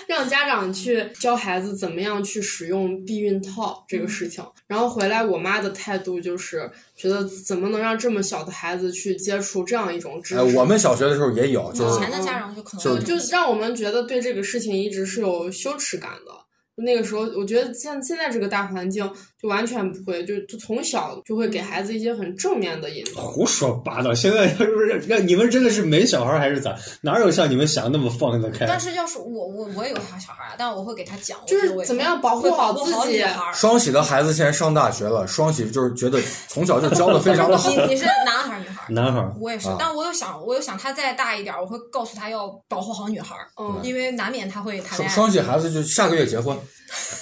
[SPEAKER 3] 让家长去教孩子怎么样去使用避孕套这个事情，然后回来我妈的态度就是觉得怎么能让这么小的孩子去接触这样一种知识？
[SPEAKER 1] 哎，我们小学的时候也有，就
[SPEAKER 2] 以
[SPEAKER 1] 是
[SPEAKER 2] 前的家长就可能
[SPEAKER 1] 就
[SPEAKER 2] 会
[SPEAKER 3] 就
[SPEAKER 2] 这么想
[SPEAKER 3] 让我们觉得对这个事情一直是有羞耻感的。就那个时候，我觉得像现在这个大环境，就完全不会，就就从小就会给孩子一些很正面的引导。
[SPEAKER 4] 胡说八道！现在 要是不是让你们真的是没小孩还是咋？哪有像你们想的那么放得开？
[SPEAKER 2] 但是要是我我我也有小小孩啊，但我会给他讲，
[SPEAKER 3] 就
[SPEAKER 2] 我觉得我
[SPEAKER 3] 是
[SPEAKER 2] 也
[SPEAKER 3] 怎么样保
[SPEAKER 2] 会
[SPEAKER 3] 护
[SPEAKER 2] 保护
[SPEAKER 3] 自
[SPEAKER 2] 好
[SPEAKER 3] 己
[SPEAKER 2] 女，孩儿。
[SPEAKER 1] 双喜的孩子现在上大学了，双喜就是觉得从小就教的非常的好
[SPEAKER 2] 你你是男孩儿女孩儿？
[SPEAKER 4] 男孩儿
[SPEAKER 2] 我也是
[SPEAKER 1] 啊，
[SPEAKER 2] 但我有想，我有想他再大一点儿，我会告诉他要保护好女孩儿，
[SPEAKER 3] 嗯，
[SPEAKER 2] 因为难免他会谈
[SPEAKER 1] 双
[SPEAKER 2] 恋爱。
[SPEAKER 1] 双喜孩子就下个月结婚，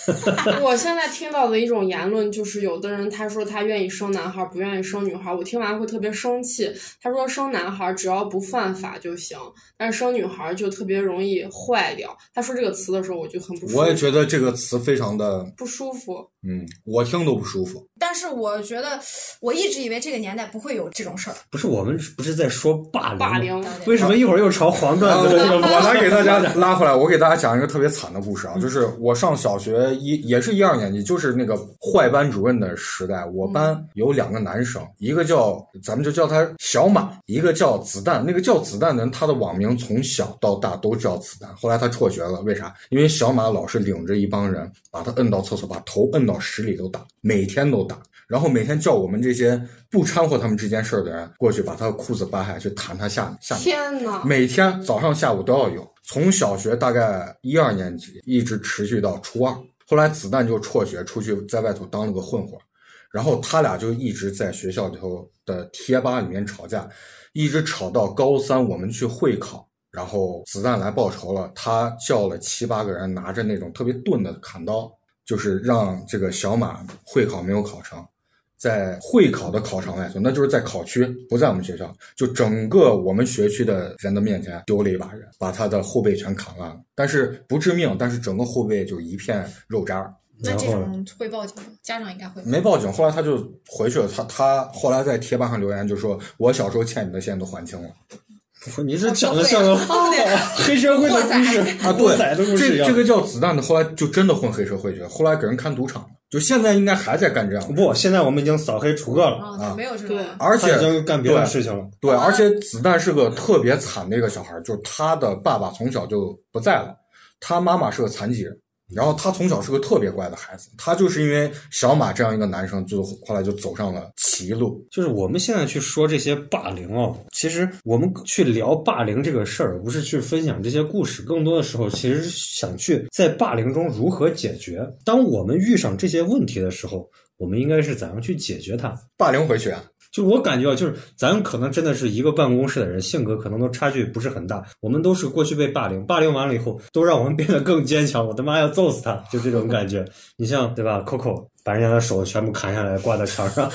[SPEAKER 3] 我现在听到的一种言论就是，有的人他说他愿意生男孩，不愿意生女孩。我听完会特别生气。他说生男孩只要不犯法就行，但是生女孩就特别容易坏掉。他说这个词的时候，我就很不舒服。
[SPEAKER 1] 我也觉得这个词非常的，
[SPEAKER 3] 不舒服。
[SPEAKER 1] 嗯，我听都不舒服。
[SPEAKER 2] 但是我觉得，我一直以为这个年代不会有这种事儿。
[SPEAKER 4] 不是我们不是在说霸凌？
[SPEAKER 3] 霸凌，
[SPEAKER 2] 对
[SPEAKER 4] 为什么一会儿又朝黄段
[SPEAKER 1] 啊，
[SPEAKER 4] 子
[SPEAKER 1] 我
[SPEAKER 4] 这个
[SPEAKER 1] 我来给大家
[SPEAKER 4] 发展
[SPEAKER 1] 拉回来，我给大家讲一个特别惨的故事啊，就是我上小学一也是一二年级，就是那个坏班主任的时代。我班有两个男生，一个叫咱们就叫他小马，一个叫子弹。那个叫子弹的人，他的网名从小到大都叫子弹。后来他辍学了，为啥？因为小马老是领着一帮人把他摁到厕所，把头摁到屎里头打，每天都打。然后每天叫我们这些不掺和他们这件事儿的人过去把他的裤子扒下去弹他下下面。
[SPEAKER 3] 天呐，
[SPEAKER 1] 每天早上下午都要有，从小学大概一二年级一直持续到初二。后来子弹就辍学出去，在外头当了个混混儿，然后他俩就一直在学校里头的贴吧里面吵架，一直吵到高三我们去会考，然后子弹来报仇了，他叫了七八个人拿着那种特别钝的砍刀，就是让这个小马会考没有考成，在会考的考场外头，那就是在考区，不在我们学校，就整个我们学区的人的面前丢了一把人，把他的后背全砍烂了，但是不致命，但是整个后背就一片肉渣儿。
[SPEAKER 2] 那
[SPEAKER 4] 然
[SPEAKER 2] 这
[SPEAKER 4] 后
[SPEAKER 2] 种会报警吗？家长应该会报。
[SPEAKER 1] 没报警，后来他就回去了。他他后来在贴吧上留言就说：“我小时候欠你的现在都还清了。
[SPEAKER 4] 你这讲的像个
[SPEAKER 2] 哦对
[SPEAKER 4] 黑社会的故事
[SPEAKER 1] 啊，
[SPEAKER 4] 狗仔的故
[SPEAKER 1] 对，
[SPEAKER 4] 事一
[SPEAKER 1] 这
[SPEAKER 4] 样
[SPEAKER 1] 这个叫子弹的，后来就真的混黑社会去了，后来给人看赌场了，就现在应该还在干这样的。
[SPEAKER 4] 不，现在我们已经扫黑除恶了，
[SPEAKER 2] 啊，对没有这种
[SPEAKER 3] 对
[SPEAKER 2] 人。
[SPEAKER 1] 而且
[SPEAKER 4] 他已经干别的
[SPEAKER 1] 对
[SPEAKER 4] 事情了。
[SPEAKER 1] 对，而且子弹是个特别惨的一个小孩儿，就是他的爸爸从小就不在了，他妈妈是个残疾人，然后他从小是个特别乖的孩子，他就是因为小马这样一个男生，就后来就走上了歧路。
[SPEAKER 4] 就是我们现在去说这些霸凌哦，其实我们去聊霸凌这个事儿，不是去分享这些故事，更多的时候其实是想去在霸凌中如何解决。当我们遇上这些问题的时候，我们应该是怎样去解决它？
[SPEAKER 1] 霸凌回去啊，
[SPEAKER 4] 就我感觉啊，就是咱可能真的是一个办公室的人，性格可能都差距不是很大。我们都是过去被霸凌，霸凌完了以后，都让我们变得更坚强。我他妈要揍死他，就这种感觉。你像对吧，Coco 把人家的手全部砍下来挂在墙上，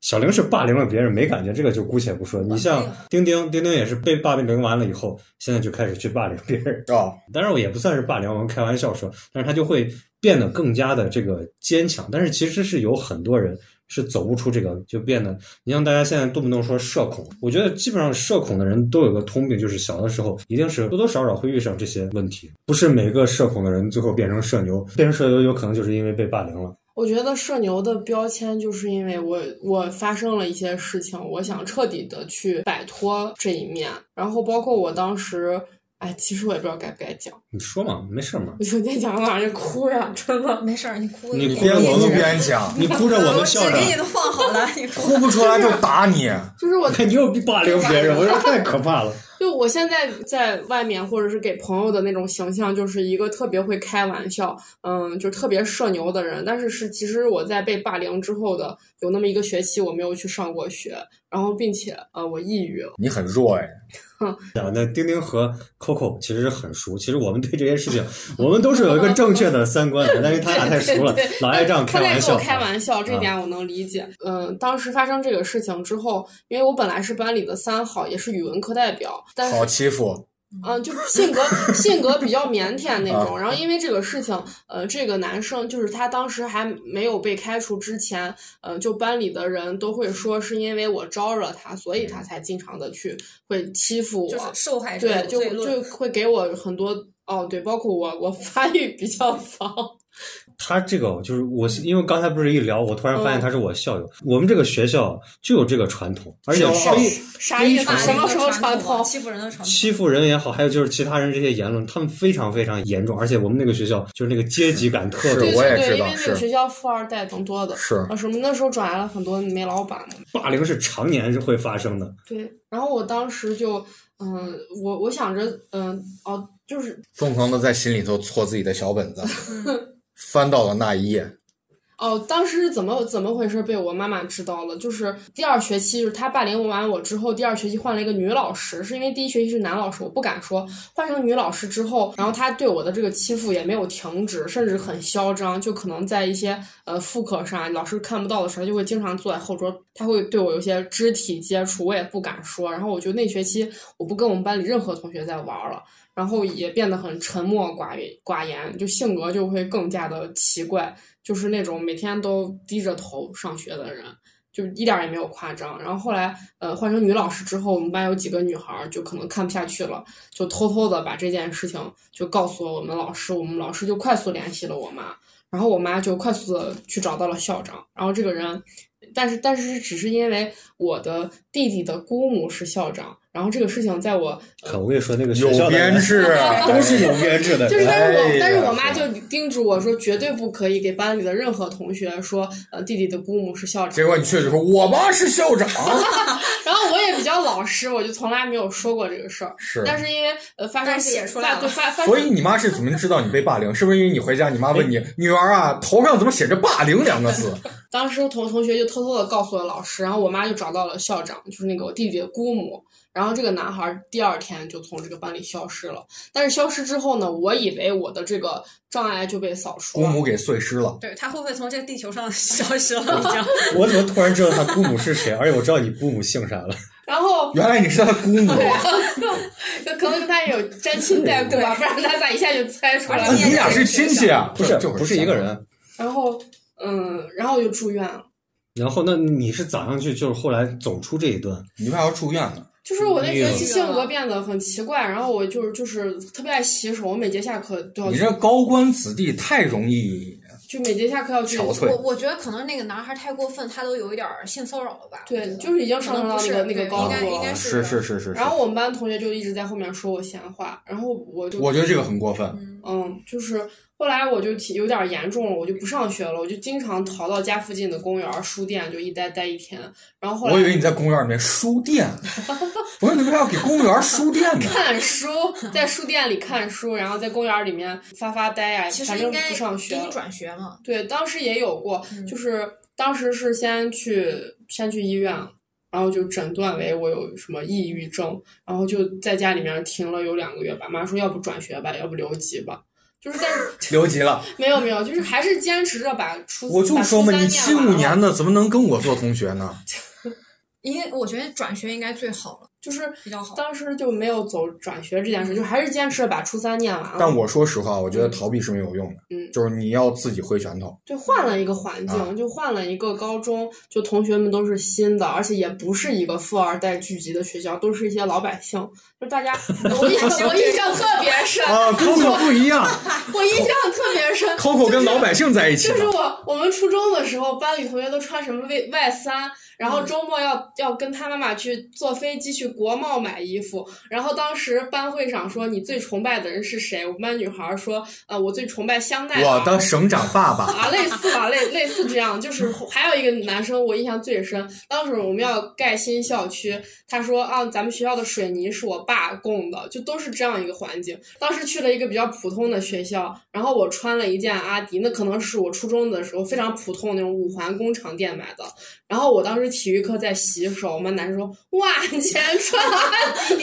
[SPEAKER 4] 小玲是霸凌了别人没感觉，这个就姑且不说。你像丁丁，丁丁也是被霸凌完了以后，现在就开始去霸凌别人。
[SPEAKER 1] 啊、
[SPEAKER 4] 当然我也不算是霸凌，我们开玩笑说，但是他就会变得更加的这个坚强。但是其实是有很多人是走不出这个，就变得你像大家现在动不动说社恐，我觉得基本上社恐的人都有个通病，就是小的时候一定是多多少少会遇上这些问题。不是每个社恐的人最后变成社牛，变成社牛有可能就是因为被霸凌了。
[SPEAKER 3] 我觉得社牛的标签就是因为我我发生了一些事情，我想彻底的去摆脱这一面，然后包括我当时。哎，其实我也不知道该不该讲，
[SPEAKER 4] 你说嘛，没事儿嘛，
[SPEAKER 3] 我就那讲晚上就哭呀，真的。
[SPEAKER 2] 没事儿，你哭
[SPEAKER 4] 你
[SPEAKER 2] 一
[SPEAKER 4] 哭
[SPEAKER 2] 点
[SPEAKER 4] 着
[SPEAKER 1] 边
[SPEAKER 4] 我
[SPEAKER 1] 哭
[SPEAKER 4] 们
[SPEAKER 1] 边讲，
[SPEAKER 4] 你哭 着 我们笑
[SPEAKER 2] 纸
[SPEAKER 4] 着
[SPEAKER 2] 给。你都放好了， 你哭。
[SPEAKER 1] 哭不出来就打你。
[SPEAKER 3] 就是我
[SPEAKER 4] 看你又霸凌别人，我说太可怕了。
[SPEAKER 3] 就我现在在外面，或者是给朋友的那种形象，就是一个特别会开玩笑，嗯，就特别社牛的人。但是是，其实我在被霸凌之后的有那么一个学期，我没有去上过学，然后并且呃我抑郁了，
[SPEAKER 1] 你很弱哎，
[SPEAKER 4] 啊，那丁丁和 Coco 其实很熟，其实我们对这些事情，我们都是有一个正确的三观的，但是他俩太熟了
[SPEAKER 3] 对对，
[SPEAKER 4] 老爱这样
[SPEAKER 3] 他
[SPEAKER 4] 开
[SPEAKER 3] 在
[SPEAKER 4] 玩
[SPEAKER 3] 跟我
[SPEAKER 4] 笑。啊
[SPEAKER 3] 开玩笑，这点我能理解。嗯、当时发生这个事情之后，因为我本来是班里的三好，也是语文课代表，但是
[SPEAKER 1] 好欺负，
[SPEAKER 3] 嗯，就是性格性格比较腼腆那
[SPEAKER 1] 啊
[SPEAKER 3] 种。然后因为这个事情，呃，这个男生就是他当时还没有被开除之前，呃，就班里的人都会说是因为我招惹他，所以他
[SPEAKER 1] 嗯
[SPEAKER 3] 才经常的去会欺负我。
[SPEAKER 2] 就是受害者
[SPEAKER 3] 对，
[SPEAKER 2] 有
[SPEAKER 3] 就
[SPEAKER 2] 罪论
[SPEAKER 3] 就会给我很多哦，对，包括我，我发育比较 早，
[SPEAKER 4] 他这个就是我，因为刚才不是一聊，我突然发现
[SPEAKER 3] 嗯
[SPEAKER 4] 他是我校友。我们这个学校就有这个传统，而且
[SPEAKER 1] 是
[SPEAKER 4] 非
[SPEAKER 3] 啥意思
[SPEAKER 2] 法？
[SPEAKER 3] 什
[SPEAKER 2] 律
[SPEAKER 3] 么
[SPEAKER 2] 的
[SPEAKER 3] 时候
[SPEAKER 2] 传
[SPEAKER 3] 传
[SPEAKER 2] 统啊
[SPEAKER 3] 统？
[SPEAKER 2] 欺负人的传统？
[SPEAKER 4] 欺负人也好，还有就是其他人这些言论，他们非常非常严重，而且我们那个学校就是那个阶级感特
[SPEAKER 1] 是
[SPEAKER 4] 别
[SPEAKER 3] 对
[SPEAKER 4] 强
[SPEAKER 1] 我也
[SPEAKER 3] 对
[SPEAKER 1] 知
[SPEAKER 3] 对，因
[SPEAKER 1] 道
[SPEAKER 3] 为那个
[SPEAKER 1] 是
[SPEAKER 3] 学校富二代挺多的。
[SPEAKER 1] 是
[SPEAKER 3] 啊，什么那时候转来了很多煤老板嘛，
[SPEAKER 4] 霸凌是常年是会发生的。
[SPEAKER 3] 对，然后我当时就，嗯、我我想着，嗯、哦，就是
[SPEAKER 1] 疯狂的在心里头搓自己的小本子，
[SPEAKER 2] 嗯
[SPEAKER 1] 翻到了那一页，
[SPEAKER 3] 哦，当时是怎么怎么回事被我妈妈知道了？就是第二学期，就是她霸凌完我之后，第二学期换了一个女老师，是因为第一学期是男老师，我不敢说。换成女老师之后，然后她对我的这个欺负也没有停止，甚至很嚣张，就可能在一些呃副课上，老师看不到的时候，她就会经常坐在后桌，她会对我有一些肢体接触，我也不敢说。然后我就那学期我不跟我们班里任何同学在玩了。然后也变得很沉默寡言寡言，就性格就会更加的奇怪，就是那种每天都低着头上学的人，就一点儿也没有夸张。然后后来，呃，换成女老师之后，我们班有几个女孩儿就可能看不下去了，就偷偷的把这件事情就告诉了我们老师，我们老师就快速联系了我妈，然后我妈就快速的去找到了校长，然后这个人。但是，但是只是因为我的弟弟的姑母是校长，然后这个事情在我呃
[SPEAKER 4] 可我跟你说，那个
[SPEAKER 1] 有
[SPEAKER 4] 学校的
[SPEAKER 1] 编
[SPEAKER 4] 人
[SPEAKER 1] 制，啊
[SPEAKER 4] 都是有编 制的，
[SPEAKER 3] 就是，但是我、
[SPEAKER 1] 哎呀
[SPEAKER 3] 但是我妈就叮嘱我说，绝对不可以给班里的任何同学说，呃，弟弟的姑母是校长。
[SPEAKER 1] 结果你去的时候，我妈是校 长，
[SPEAKER 3] 然后我也比较老实，我就从来没有说过这个事儿。
[SPEAKER 1] 是
[SPEAKER 3] 但是因为呃，发生
[SPEAKER 2] 但是
[SPEAKER 3] 这个
[SPEAKER 2] 写出来
[SPEAKER 3] 发
[SPEAKER 2] 了
[SPEAKER 3] 对发发
[SPEAKER 1] 所以你妈是怎么知道你被霸凌？是不是因为你回家，你妈问你女儿啊，头上怎么写着“霸凌”两个 字？
[SPEAKER 3] 当时同同学就偷偷的告诉了老师，然后我妈就找到了校长，就是那个我弟弟的姑母。然后这个男孩儿第二天就从这个班里消失了。但是消失之后呢，我以为我的这个障碍就被扫除
[SPEAKER 1] 姑
[SPEAKER 3] 了。
[SPEAKER 1] 母给碎尸了。
[SPEAKER 2] 对他会不会从这个地球上 消失了？已经
[SPEAKER 4] 我怎么突然知道他姑母是谁？而且我知道你姑母姓啥了。
[SPEAKER 3] 然后
[SPEAKER 1] 原来你是她姑母，
[SPEAKER 3] 可可能他也有沾亲带故吧，不然他咋一下就猜出来
[SPEAKER 2] 而
[SPEAKER 1] 啊
[SPEAKER 3] 了
[SPEAKER 2] 且？
[SPEAKER 1] 你俩是亲戚啊？
[SPEAKER 4] 不是
[SPEAKER 1] 就，
[SPEAKER 4] 不是一个。人。
[SPEAKER 3] 然后，嗯，然后我就住院了。
[SPEAKER 4] 然后，那你是咋样去？就是后来走出这一段，
[SPEAKER 1] 你为啥要住院呢？
[SPEAKER 3] 就是我那学期
[SPEAKER 2] 哎呦
[SPEAKER 3] 性格变得很奇怪，然后我就是就是特别爱洗手，我每节下课都要
[SPEAKER 1] 你
[SPEAKER 3] 去
[SPEAKER 1] 这，高官子弟太容易
[SPEAKER 3] 就每节下课要去。
[SPEAKER 1] 憔悴
[SPEAKER 2] 我。我觉得可能那个男孩太过分，他都有一点儿性骚扰了吧？我觉
[SPEAKER 3] 对，
[SPEAKER 2] 得
[SPEAKER 3] 就是已经上升到那
[SPEAKER 2] 可
[SPEAKER 3] 个
[SPEAKER 2] 能不
[SPEAKER 3] 那
[SPEAKER 2] 是
[SPEAKER 3] 个高
[SPEAKER 2] 对应
[SPEAKER 3] 度
[SPEAKER 2] 该应该
[SPEAKER 3] 了。
[SPEAKER 1] 是是
[SPEAKER 2] 是
[SPEAKER 1] 是是。
[SPEAKER 3] 然后我们班同学就一直在后面说我闲话，然后我就
[SPEAKER 1] 我觉得这个很过分，
[SPEAKER 2] 嗯，
[SPEAKER 3] 嗯，就是后来我就挺有点严重了，我就不上学了，我就经常逃到家附近的公园儿、书店，就一待待一天。然后后来
[SPEAKER 1] 我以为你在公园里面书店，我说你为啥要给公园书店 呢？
[SPEAKER 3] 看书，在书店里看书，然后在公园里面发发呆呀、
[SPEAKER 2] 其
[SPEAKER 3] 反
[SPEAKER 2] 实
[SPEAKER 3] 正
[SPEAKER 2] 应
[SPEAKER 3] 不
[SPEAKER 2] 该
[SPEAKER 3] 上学
[SPEAKER 2] 给你
[SPEAKER 3] 了。
[SPEAKER 2] 转学嘛。
[SPEAKER 3] 对，当时也有过，
[SPEAKER 2] 嗯
[SPEAKER 3] 就是当时是先去先去医院，然后就诊断为我有什么抑郁症，然后就在家里面停了有两个月吧。妈说要不转学吧，要不留级吧。就是，但是
[SPEAKER 1] 留级 了，
[SPEAKER 3] 没有没有，就是还是坚持着把初
[SPEAKER 1] 我就
[SPEAKER 3] 把
[SPEAKER 1] 说
[SPEAKER 3] 初
[SPEAKER 1] 嘛，
[SPEAKER 3] 三
[SPEAKER 1] 你
[SPEAKER 3] 念
[SPEAKER 1] 七
[SPEAKER 3] 完
[SPEAKER 1] 五
[SPEAKER 3] 了
[SPEAKER 1] 年的怎么能跟我做同学呢？
[SPEAKER 2] 应该我觉得转学应该最好了，
[SPEAKER 3] 就是
[SPEAKER 2] 比较好。
[SPEAKER 3] 当时就没有走转学这件事，就还是坚持着把初三念完了。
[SPEAKER 1] 但我说实话，我觉得逃避是没有用的，
[SPEAKER 3] 嗯
[SPEAKER 1] 就是你要自己挥拳头。
[SPEAKER 3] 对，换了一个环境，
[SPEAKER 1] 啊
[SPEAKER 3] 就换了一个高中，就同学们都是新的，而且也不是一个富二代聚集的学校，都是一些老百姓。就大家，我印象我印象特别深，
[SPEAKER 4] 啊，Coco 不一样
[SPEAKER 3] 我印象特别深。
[SPEAKER 1] Coco 跟老百姓在一起
[SPEAKER 3] 就是
[SPEAKER 1] 了，
[SPEAKER 3] 我，我们初中的时候，班里同学都穿什么 Y Y 三，然后周末要要跟他妈妈去坐飞机去国贸买衣服，然后当时班会上说你最崇拜的人是谁？我们班女孩说，呃，我最崇拜香奈儿。
[SPEAKER 1] 我的省长爸爸，
[SPEAKER 3] 啊，类似吧，类类似这样，就是还有一个男生我印象最深，当时我们要盖新校区，他说啊，咱们学校的水泥是我爸供的，就都是这样一个环境。当时去了一个比较普通的学校，然后我穿了一件阿迪，那可能是我初中的时候非常普通的那种五环工厂店买的。然后我当时体育课在洗手，我们男生说哇，你竟然穿了阿迪，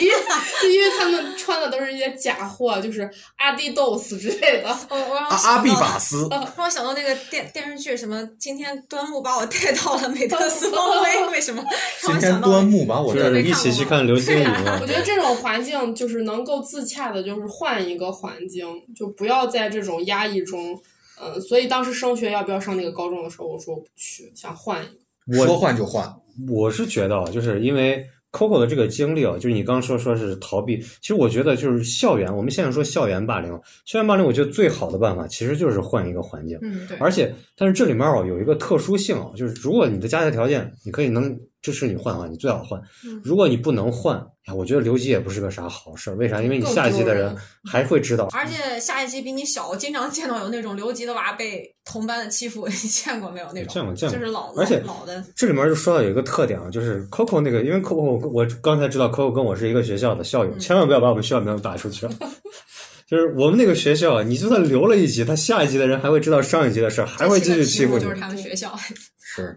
[SPEAKER 3] 就因为他们穿的都是一些假货，就是阿迪 DOS 之类的。
[SPEAKER 2] 哦我我让我
[SPEAKER 1] 阿
[SPEAKER 2] 想
[SPEAKER 1] 阿
[SPEAKER 2] 到
[SPEAKER 1] 比
[SPEAKER 2] 了
[SPEAKER 1] 把斯，
[SPEAKER 2] 哦让我想到那个电电视剧，什么今天端木把我带到了美特斯邦威，为什么？ 让
[SPEAKER 1] 今
[SPEAKER 2] 我
[SPEAKER 1] 天
[SPEAKER 2] 想到
[SPEAKER 1] 端
[SPEAKER 2] 了
[SPEAKER 1] 木把我
[SPEAKER 4] 就
[SPEAKER 1] 带
[SPEAKER 2] 没
[SPEAKER 1] 着
[SPEAKER 4] 是一起去看流星雨
[SPEAKER 2] 啊
[SPEAKER 4] 嘛
[SPEAKER 3] 我。觉得这种环境就是能够自洽的，就是换一个环境，就不要在这种压抑中。嗯，所以当时升学要不要上那个高中的时候，我说我不去，想换一个。
[SPEAKER 4] 我
[SPEAKER 1] 说换就换，
[SPEAKER 4] 我是觉得，啊，就是因为 Coco 的这个经历啊，就是你刚刚说说是逃避，其实我觉得就是校园，我们现在说校园霸凌，校园霸凌，我觉得最好的办法其实就是换一个环境，
[SPEAKER 2] 嗯，对，
[SPEAKER 4] 而且但是这里面啊有一个特殊性啊，就是如果你的家庭条件你可以能支持你换的啊话，你最好换
[SPEAKER 2] 嗯；
[SPEAKER 4] 如果你不能换，哎，我觉得留级也不是个啥好事儿，为啥？因为你
[SPEAKER 3] 更
[SPEAKER 4] 下一届
[SPEAKER 3] 丢
[SPEAKER 4] 的
[SPEAKER 3] 人
[SPEAKER 4] 人还会知道，
[SPEAKER 2] 而且下一级比你小，我经常见到有那种留级的娃被同班的欺负， 你见过没有那种？
[SPEAKER 4] 见过见过
[SPEAKER 2] 就是老
[SPEAKER 4] 而且
[SPEAKER 2] 老老的，
[SPEAKER 4] 这里面就说到有一个特点啊，就是 Coco 那个，因为 Coco 我刚才知道 Coco 跟我是一个学校的校友，
[SPEAKER 2] 嗯
[SPEAKER 4] 千万不要把我们学校名字打出去啊。就是我们那个学校啊，你就算留了一级，他下一级的人还会知道上一级的事儿，还会继续欺负
[SPEAKER 2] 这
[SPEAKER 4] 你
[SPEAKER 2] 个题目就。是他们学校，
[SPEAKER 1] 是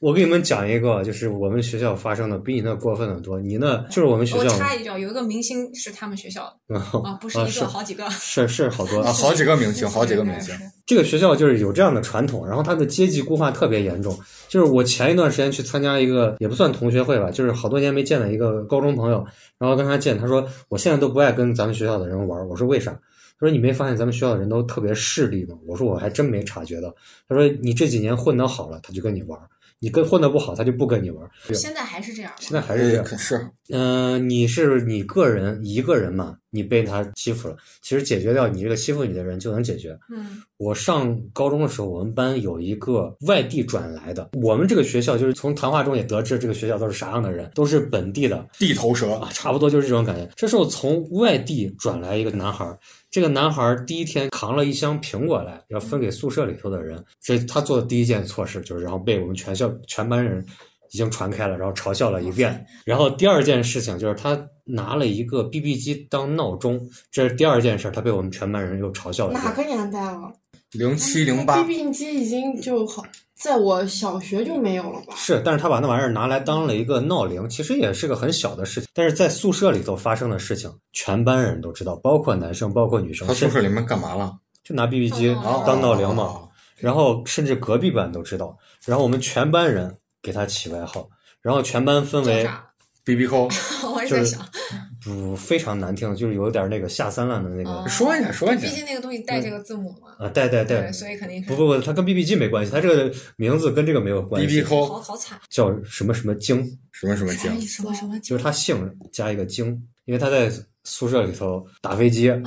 [SPEAKER 4] 我给你们讲一个，啊就是我们学校发生的比你那过分的多。你那就是我们学
[SPEAKER 2] 我
[SPEAKER 4] 校，
[SPEAKER 2] 插一句啊，有一个明星是他们学校的
[SPEAKER 4] 啊
[SPEAKER 2] 啊，不是一
[SPEAKER 4] 是
[SPEAKER 2] 个，好几个。
[SPEAKER 4] 是是好 多
[SPEAKER 1] 啊，好几个明星，好几个明
[SPEAKER 2] 是
[SPEAKER 1] 星，
[SPEAKER 4] 这个学校就是有这样的传统，然后它的阶级固化特别严重。就是我前一段时间去参加一个，也不算同学会吧，就是好多年没见的一个高中朋友，然后跟他见，他说我现在都不爱跟咱们学校的人玩儿。我说为啥？他说你没发现咱们学校的人都特别势利吗？我说我还真没察觉到。他说你这几年混得好了，他就跟你玩儿；你跟混得不好，他就不跟你玩儿。
[SPEAKER 2] 现在还是这样吗？
[SPEAKER 4] 现在还是这样。
[SPEAKER 1] 哎可是
[SPEAKER 4] 嗯、你是你个人一个人嘛，你被他欺负了，其实解决掉你这个欺负你的人就能解决。
[SPEAKER 2] 嗯，
[SPEAKER 4] 我上高中的时候，我们班有一个外地转来的。我们这个学校就是从谈话中也得知，这个学校都是啥样的人，都是本地的
[SPEAKER 1] 地头蛇
[SPEAKER 4] 啊，差不多就是这种感觉。这时候从外地转来一个男孩儿，这个男孩儿第一天扛了一箱苹果来，要分给宿舍里头的人。这他做的第一件错事就是，然后被我们全校全班人已经传开了，然后嘲笑了一遍。然后第二件事情就是他拿了一个 BB 机当闹钟，这是第二件事，他被我们全班人又嘲笑了一
[SPEAKER 3] 哪
[SPEAKER 4] 遍。
[SPEAKER 3] 个年代了
[SPEAKER 1] 零七零八，
[SPEAKER 3] ？BB 机已经就好，在我小学就没有了吧？
[SPEAKER 4] 是，但是他把那玩意儿拿来当了一个闹铃，其实也是个很小的事情，但是在宿舍里头发生的事情，全班人都知道，包括男生，包括女生，
[SPEAKER 1] 他宿
[SPEAKER 4] 甚
[SPEAKER 1] 舍里面干嘛了？啊
[SPEAKER 4] 就拿 BB 机
[SPEAKER 2] 哦
[SPEAKER 4] 当闹铃嘛，然后甚至隔壁班都知道，然后我们全班人给他起外号，然后全班分
[SPEAKER 2] 叫
[SPEAKER 4] 为
[SPEAKER 2] 啥？
[SPEAKER 1] ，B B 扣，
[SPEAKER 2] 我也
[SPEAKER 4] 就
[SPEAKER 2] 在
[SPEAKER 4] 是
[SPEAKER 2] 想，
[SPEAKER 4] 不非常难听，就是有点那个下三滥的那个，
[SPEAKER 2] 哦
[SPEAKER 1] 说一下说一
[SPEAKER 2] 毕
[SPEAKER 1] 下，
[SPEAKER 2] 竟那个东西带这个字母嘛，
[SPEAKER 4] 啊，对对对
[SPEAKER 2] 对，，所以肯定是
[SPEAKER 4] 不不不，他跟 BB 机没关系，他这个名字跟这个没有
[SPEAKER 1] B
[SPEAKER 4] 关
[SPEAKER 1] B
[SPEAKER 4] 系，
[SPEAKER 2] 好
[SPEAKER 1] 扣
[SPEAKER 2] 好惨，哎
[SPEAKER 4] 叫什么什么精，
[SPEAKER 1] 什么什么精，
[SPEAKER 2] 什么什么
[SPEAKER 4] 就是他姓加一个精，因为他在宿舍里头打飞机啊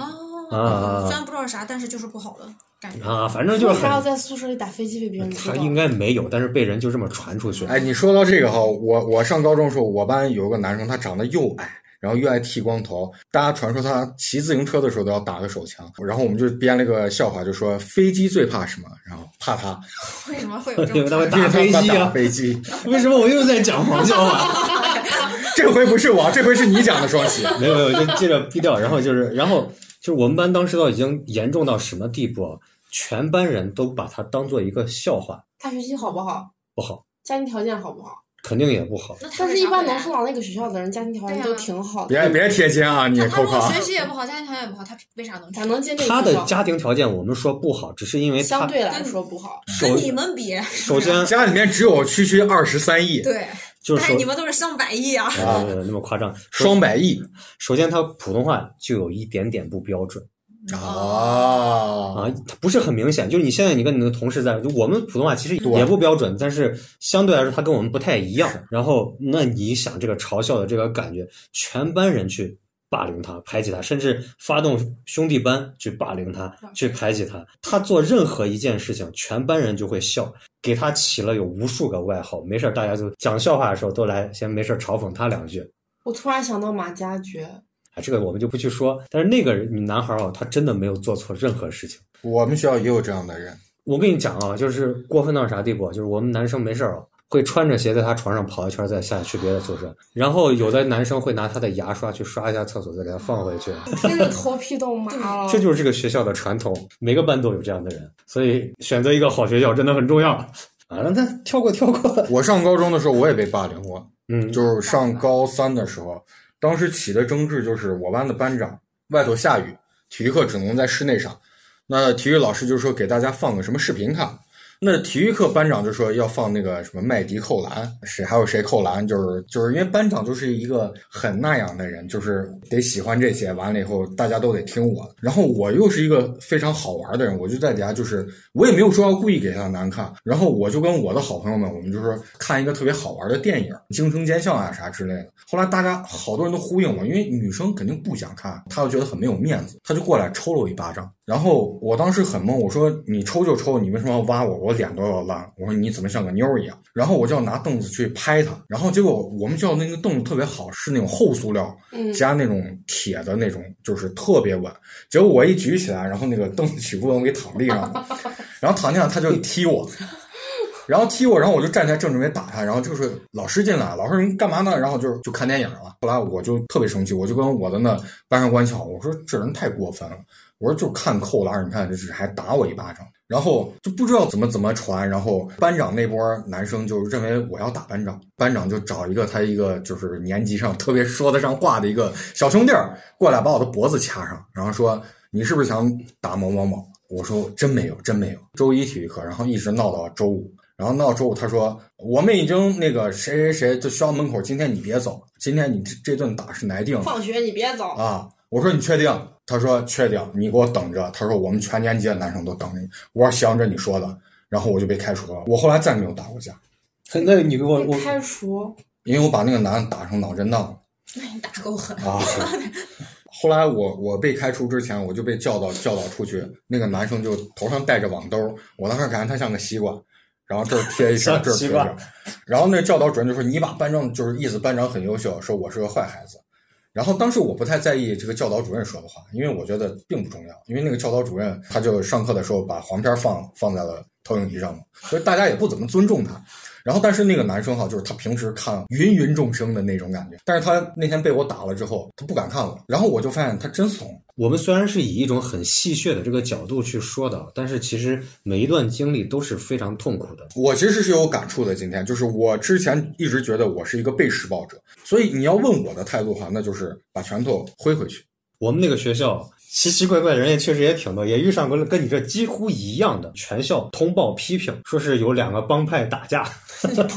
[SPEAKER 2] 哦，虽
[SPEAKER 4] 啊
[SPEAKER 2] 然不知道是啥，但是就是不好的感觉。
[SPEAKER 4] 啊，反正就是
[SPEAKER 3] 为啥要
[SPEAKER 4] 很，
[SPEAKER 3] 在宿舍里打飞机被别人知
[SPEAKER 4] 他
[SPEAKER 3] 道？
[SPEAKER 4] 应该没有，但是被人就这么传出去。
[SPEAKER 1] 哎，你说到这个哈，我我上高中的时候，我班有一个男生，他长得又矮，然后又爱剃光头，大家传说他骑自行车的时候都要打个手枪，然后我们就编了个笑话，就说飞机最怕什么，然后怕他，
[SPEAKER 2] 为什么会有这
[SPEAKER 4] 因为他会
[SPEAKER 2] 种？
[SPEAKER 4] 打飞机啊
[SPEAKER 1] 因为他怕 打飞机，
[SPEAKER 4] 为什么我又在讲黄笑话？
[SPEAKER 1] 这回不是我，这回是你讲的双喜，
[SPEAKER 4] 没有没有，就接着逼掉。然后就是，然后就是我们班当时都已经严重到什么地步啊，全班人都把他当做一个笑话，
[SPEAKER 3] 他学习好不好？
[SPEAKER 4] 不好，
[SPEAKER 3] 家庭条件好不好？
[SPEAKER 4] 肯定也不好。
[SPEAKER 2] 那他
[SPEAKER 3] 但
[SPEAKER 2] 为
[SPEAKER 3] 是，
[SPEAKER 2] 啥
[SPEAKER 3] 一般
[SPEAKER 2] 会
[SPEAKER 3] 能
[SPEAKER 2] 来
[SPEAKER 3] 送到那个学校的人，家庭条件都挺好的。
[SPEAKER 1] 别别贴金啊，你
[SPEAKER 2] 那他如
[SPEAKER 1] Coco
[SPEAKER 2] 果
[SPEAKER 1] 啊
[SPEAKER 2] 学习也不好，家庭条件也不好，他为啥能
[SPEAKER 3] 咋
[SPEAKER 2] 上？
[SPEAKER 3] 能进这
[SPEAKER 4] 他
[SPEAKER 3] 个学
[SPEAKER 4] 的
[SPEAKER 3] 校？
[SPEAKER 4] 家庭条件我们说不好，只是因为
[SPEAKER 3] 相
[SPEAKER 4] 他
[SPEAKER 3] 对来说不好。
[SPEAKER 4] 首
[SPEAKER 2] 跟你们 比，
[SPEAKER 4] 首先
[SPEAKER 1] 家里面只有区区二十三亿，
[SPEAKER 2] 对，
[SPEAKER 4] 就
[SPEAKER 2] 但
[SPEAKER 4] 是
[SPEAKER 2] 是
[SPEAKER 4] 说
[SPEAKER 2] 你们都是上百亿啊。
[SPEAKER 4] 啊那么夸张，
[SPEAKER 1] 双百亿
[SPEAKER 4] 首先他普通话就有一点点不标准。
[SPEAKER 2] 哦
[SPEAKER 1] 啊，
[SPEAKER 4] 啊，它不是很明显，就是你现在你跟你的同事在，就我们普通话其实也不标准，但是相对来说它跟我们不太一样。然后，那你想这个嘲笑的这个感觉，全班人去霸凌他、排挤他，甚至发动兄弟班去霸凌他、去排挤他。他做任何一件事情，全班人就会笑，给他起了有无数个外号。没事儿大家就讲笑话的时候都来先没事儿嘲讽他两句。
[SPEAKER 3] 我突然想到马加爵，
[SPEAKER 4] 啊，这个我们就不去说。但是那个人男孩儿啊，他真的没有做错任何事情。
[SPEAKER 1] 我们学校也有这样的人，
[SPEAKER 4] 我跟你讲啊，就是过分到啥地步啊，就是我们男生没事儿啊，会穿着鞋在他床上跑一圈儿，再下去别的宿舍。然后有的男生会拿他的牙刷去刷一下厕所，再给他放回去。
[SPEAKER 3] 真的头皮都麻了。
[SPEAKER 4] 这就是这个学校的传统，每个班都有这样的人，所以选择一个好学校真的很重要啊。那那跳过跳过，
[SPEAKER 1] 我上高中的时候我也被霸凌过，
[SPEAKER 4] 嗯，
[SPEAKER 1] 就是上高三的时候，当时起的争执就是我班的班长外头下雨，体育课只能在室内上，那体育老师就说给大家放个什么视频看。那体育课班长就说要放那个什么麦迪扣篮，谁还有谁扣篮，就是就是因为班长就是一个很那样的人，就是得喜欢这些，完了以后大家都得听我。然后我又是一个非常好玩的人，我就在底下就是我也没有说要故意给他难看，然后我就跟我的好朋友们，我们就说看一个特别好玩的电影《惊声尖笑》啊啥之类的。后来大家好多人都呼应我，因为女生肯定不想看，她又觉得很没有面子，她就过来抽了我一巴掌。然后我当时很懵，我说你抽就抽，你为什么要挖我？我脸都要烂了。我说你怎么像个妞儿一样？然后我就要拿凳子去拍她，然后结果我们学校那个凳子特别好，是那种厚塑料
[SPEAKER 3] 嗯
[SPEAKER 1] 加那种铁的那种，就是特别稳。结果我一举起来，然后那个凳子举不稳，我给躺地上了。然后躺地上他就踢我，然后踢我，然后我就站起来正准备打他，然后就是老师进来，老师你干嘛呢？然后就就看电影了。后来我就特别生气，我就跟我的那班上关系好，我说这人太过分了，我说就看扣篮，你看这是还打我一巴掌。然后就不知道怎么怎么传，然后班长那波男生就认为我要打班长，班长就找一个他一个就是年级上特别说得上话的一个小兄弟儿过来把我的脖子掐上，然后说你是不是想打某某某？我说真没有，真没有。周一体育课，然后一直闹到周五，然后闹周五他说我们已经那个谁谁谁就学校门口，今天你别走，今天你这这顿打是来定的。
[SPEAKER 2] 放学你别走，
[SPEAKER 1] 啊，我说你确定？他说确定，你给我等着。他说我们全年级的男生都等着你。我说行，这你说的。然后我就被开除了。我后来再没有打过架，
[SPEAKER 4] 那你给我我
[SPEAKER 3] 被开除，
[SPEAKER 1] 因为我把那个男的打成脑震荡了。
[SPEAKER 2] 那你哎打够狠。
[SPEAKER 1] 啊。后来我我被开除之前，我就被教导教导出去，那个男生就头上戴着网兜，我当时感觉他像个西瓜，然后这儿贴 一圈，
[SPEAKER 4] 像
[SPEAKER 1] 这儿贴
[SPEAKER 4] 西
[SPEAKER 1] 一
[SPEAKER 4] 瓜
[SPEAKER 1] 圈，然后那教导主任就说你把班长就是意思班长很优秀，说我是个坏孩子。然后当时我不太在意这个教导主任说的话，因为我觉得并不重要，因为那个教导主任他就上课的时候把黄片放放在了投影仪上嘛，所以大家也不怎么尊重他。然后，但是那个男生哈，就是他平时看芸芸众生的那种感觉，但是他那天被我打了之后，他不敢看我，然后我就发现他真怂，
[SPEAKER 4] 我们虽然是以一种很戏谑的这个角度去说的，啊但是其实每一段经历都是非常痛苦的。
[SPEAKER 1] 我其实是有感触的。今天就是我之前一直觉得我是一个被施暴者，所以你要问我的态度哈，那就是把拳头挥回去。
[SPEAKER 4] 我们那个学校奇奇怪怪的人也确实也挺多，也遇上过跟你这几乎一样的。全校通报批评，说是有两个帮派 打架，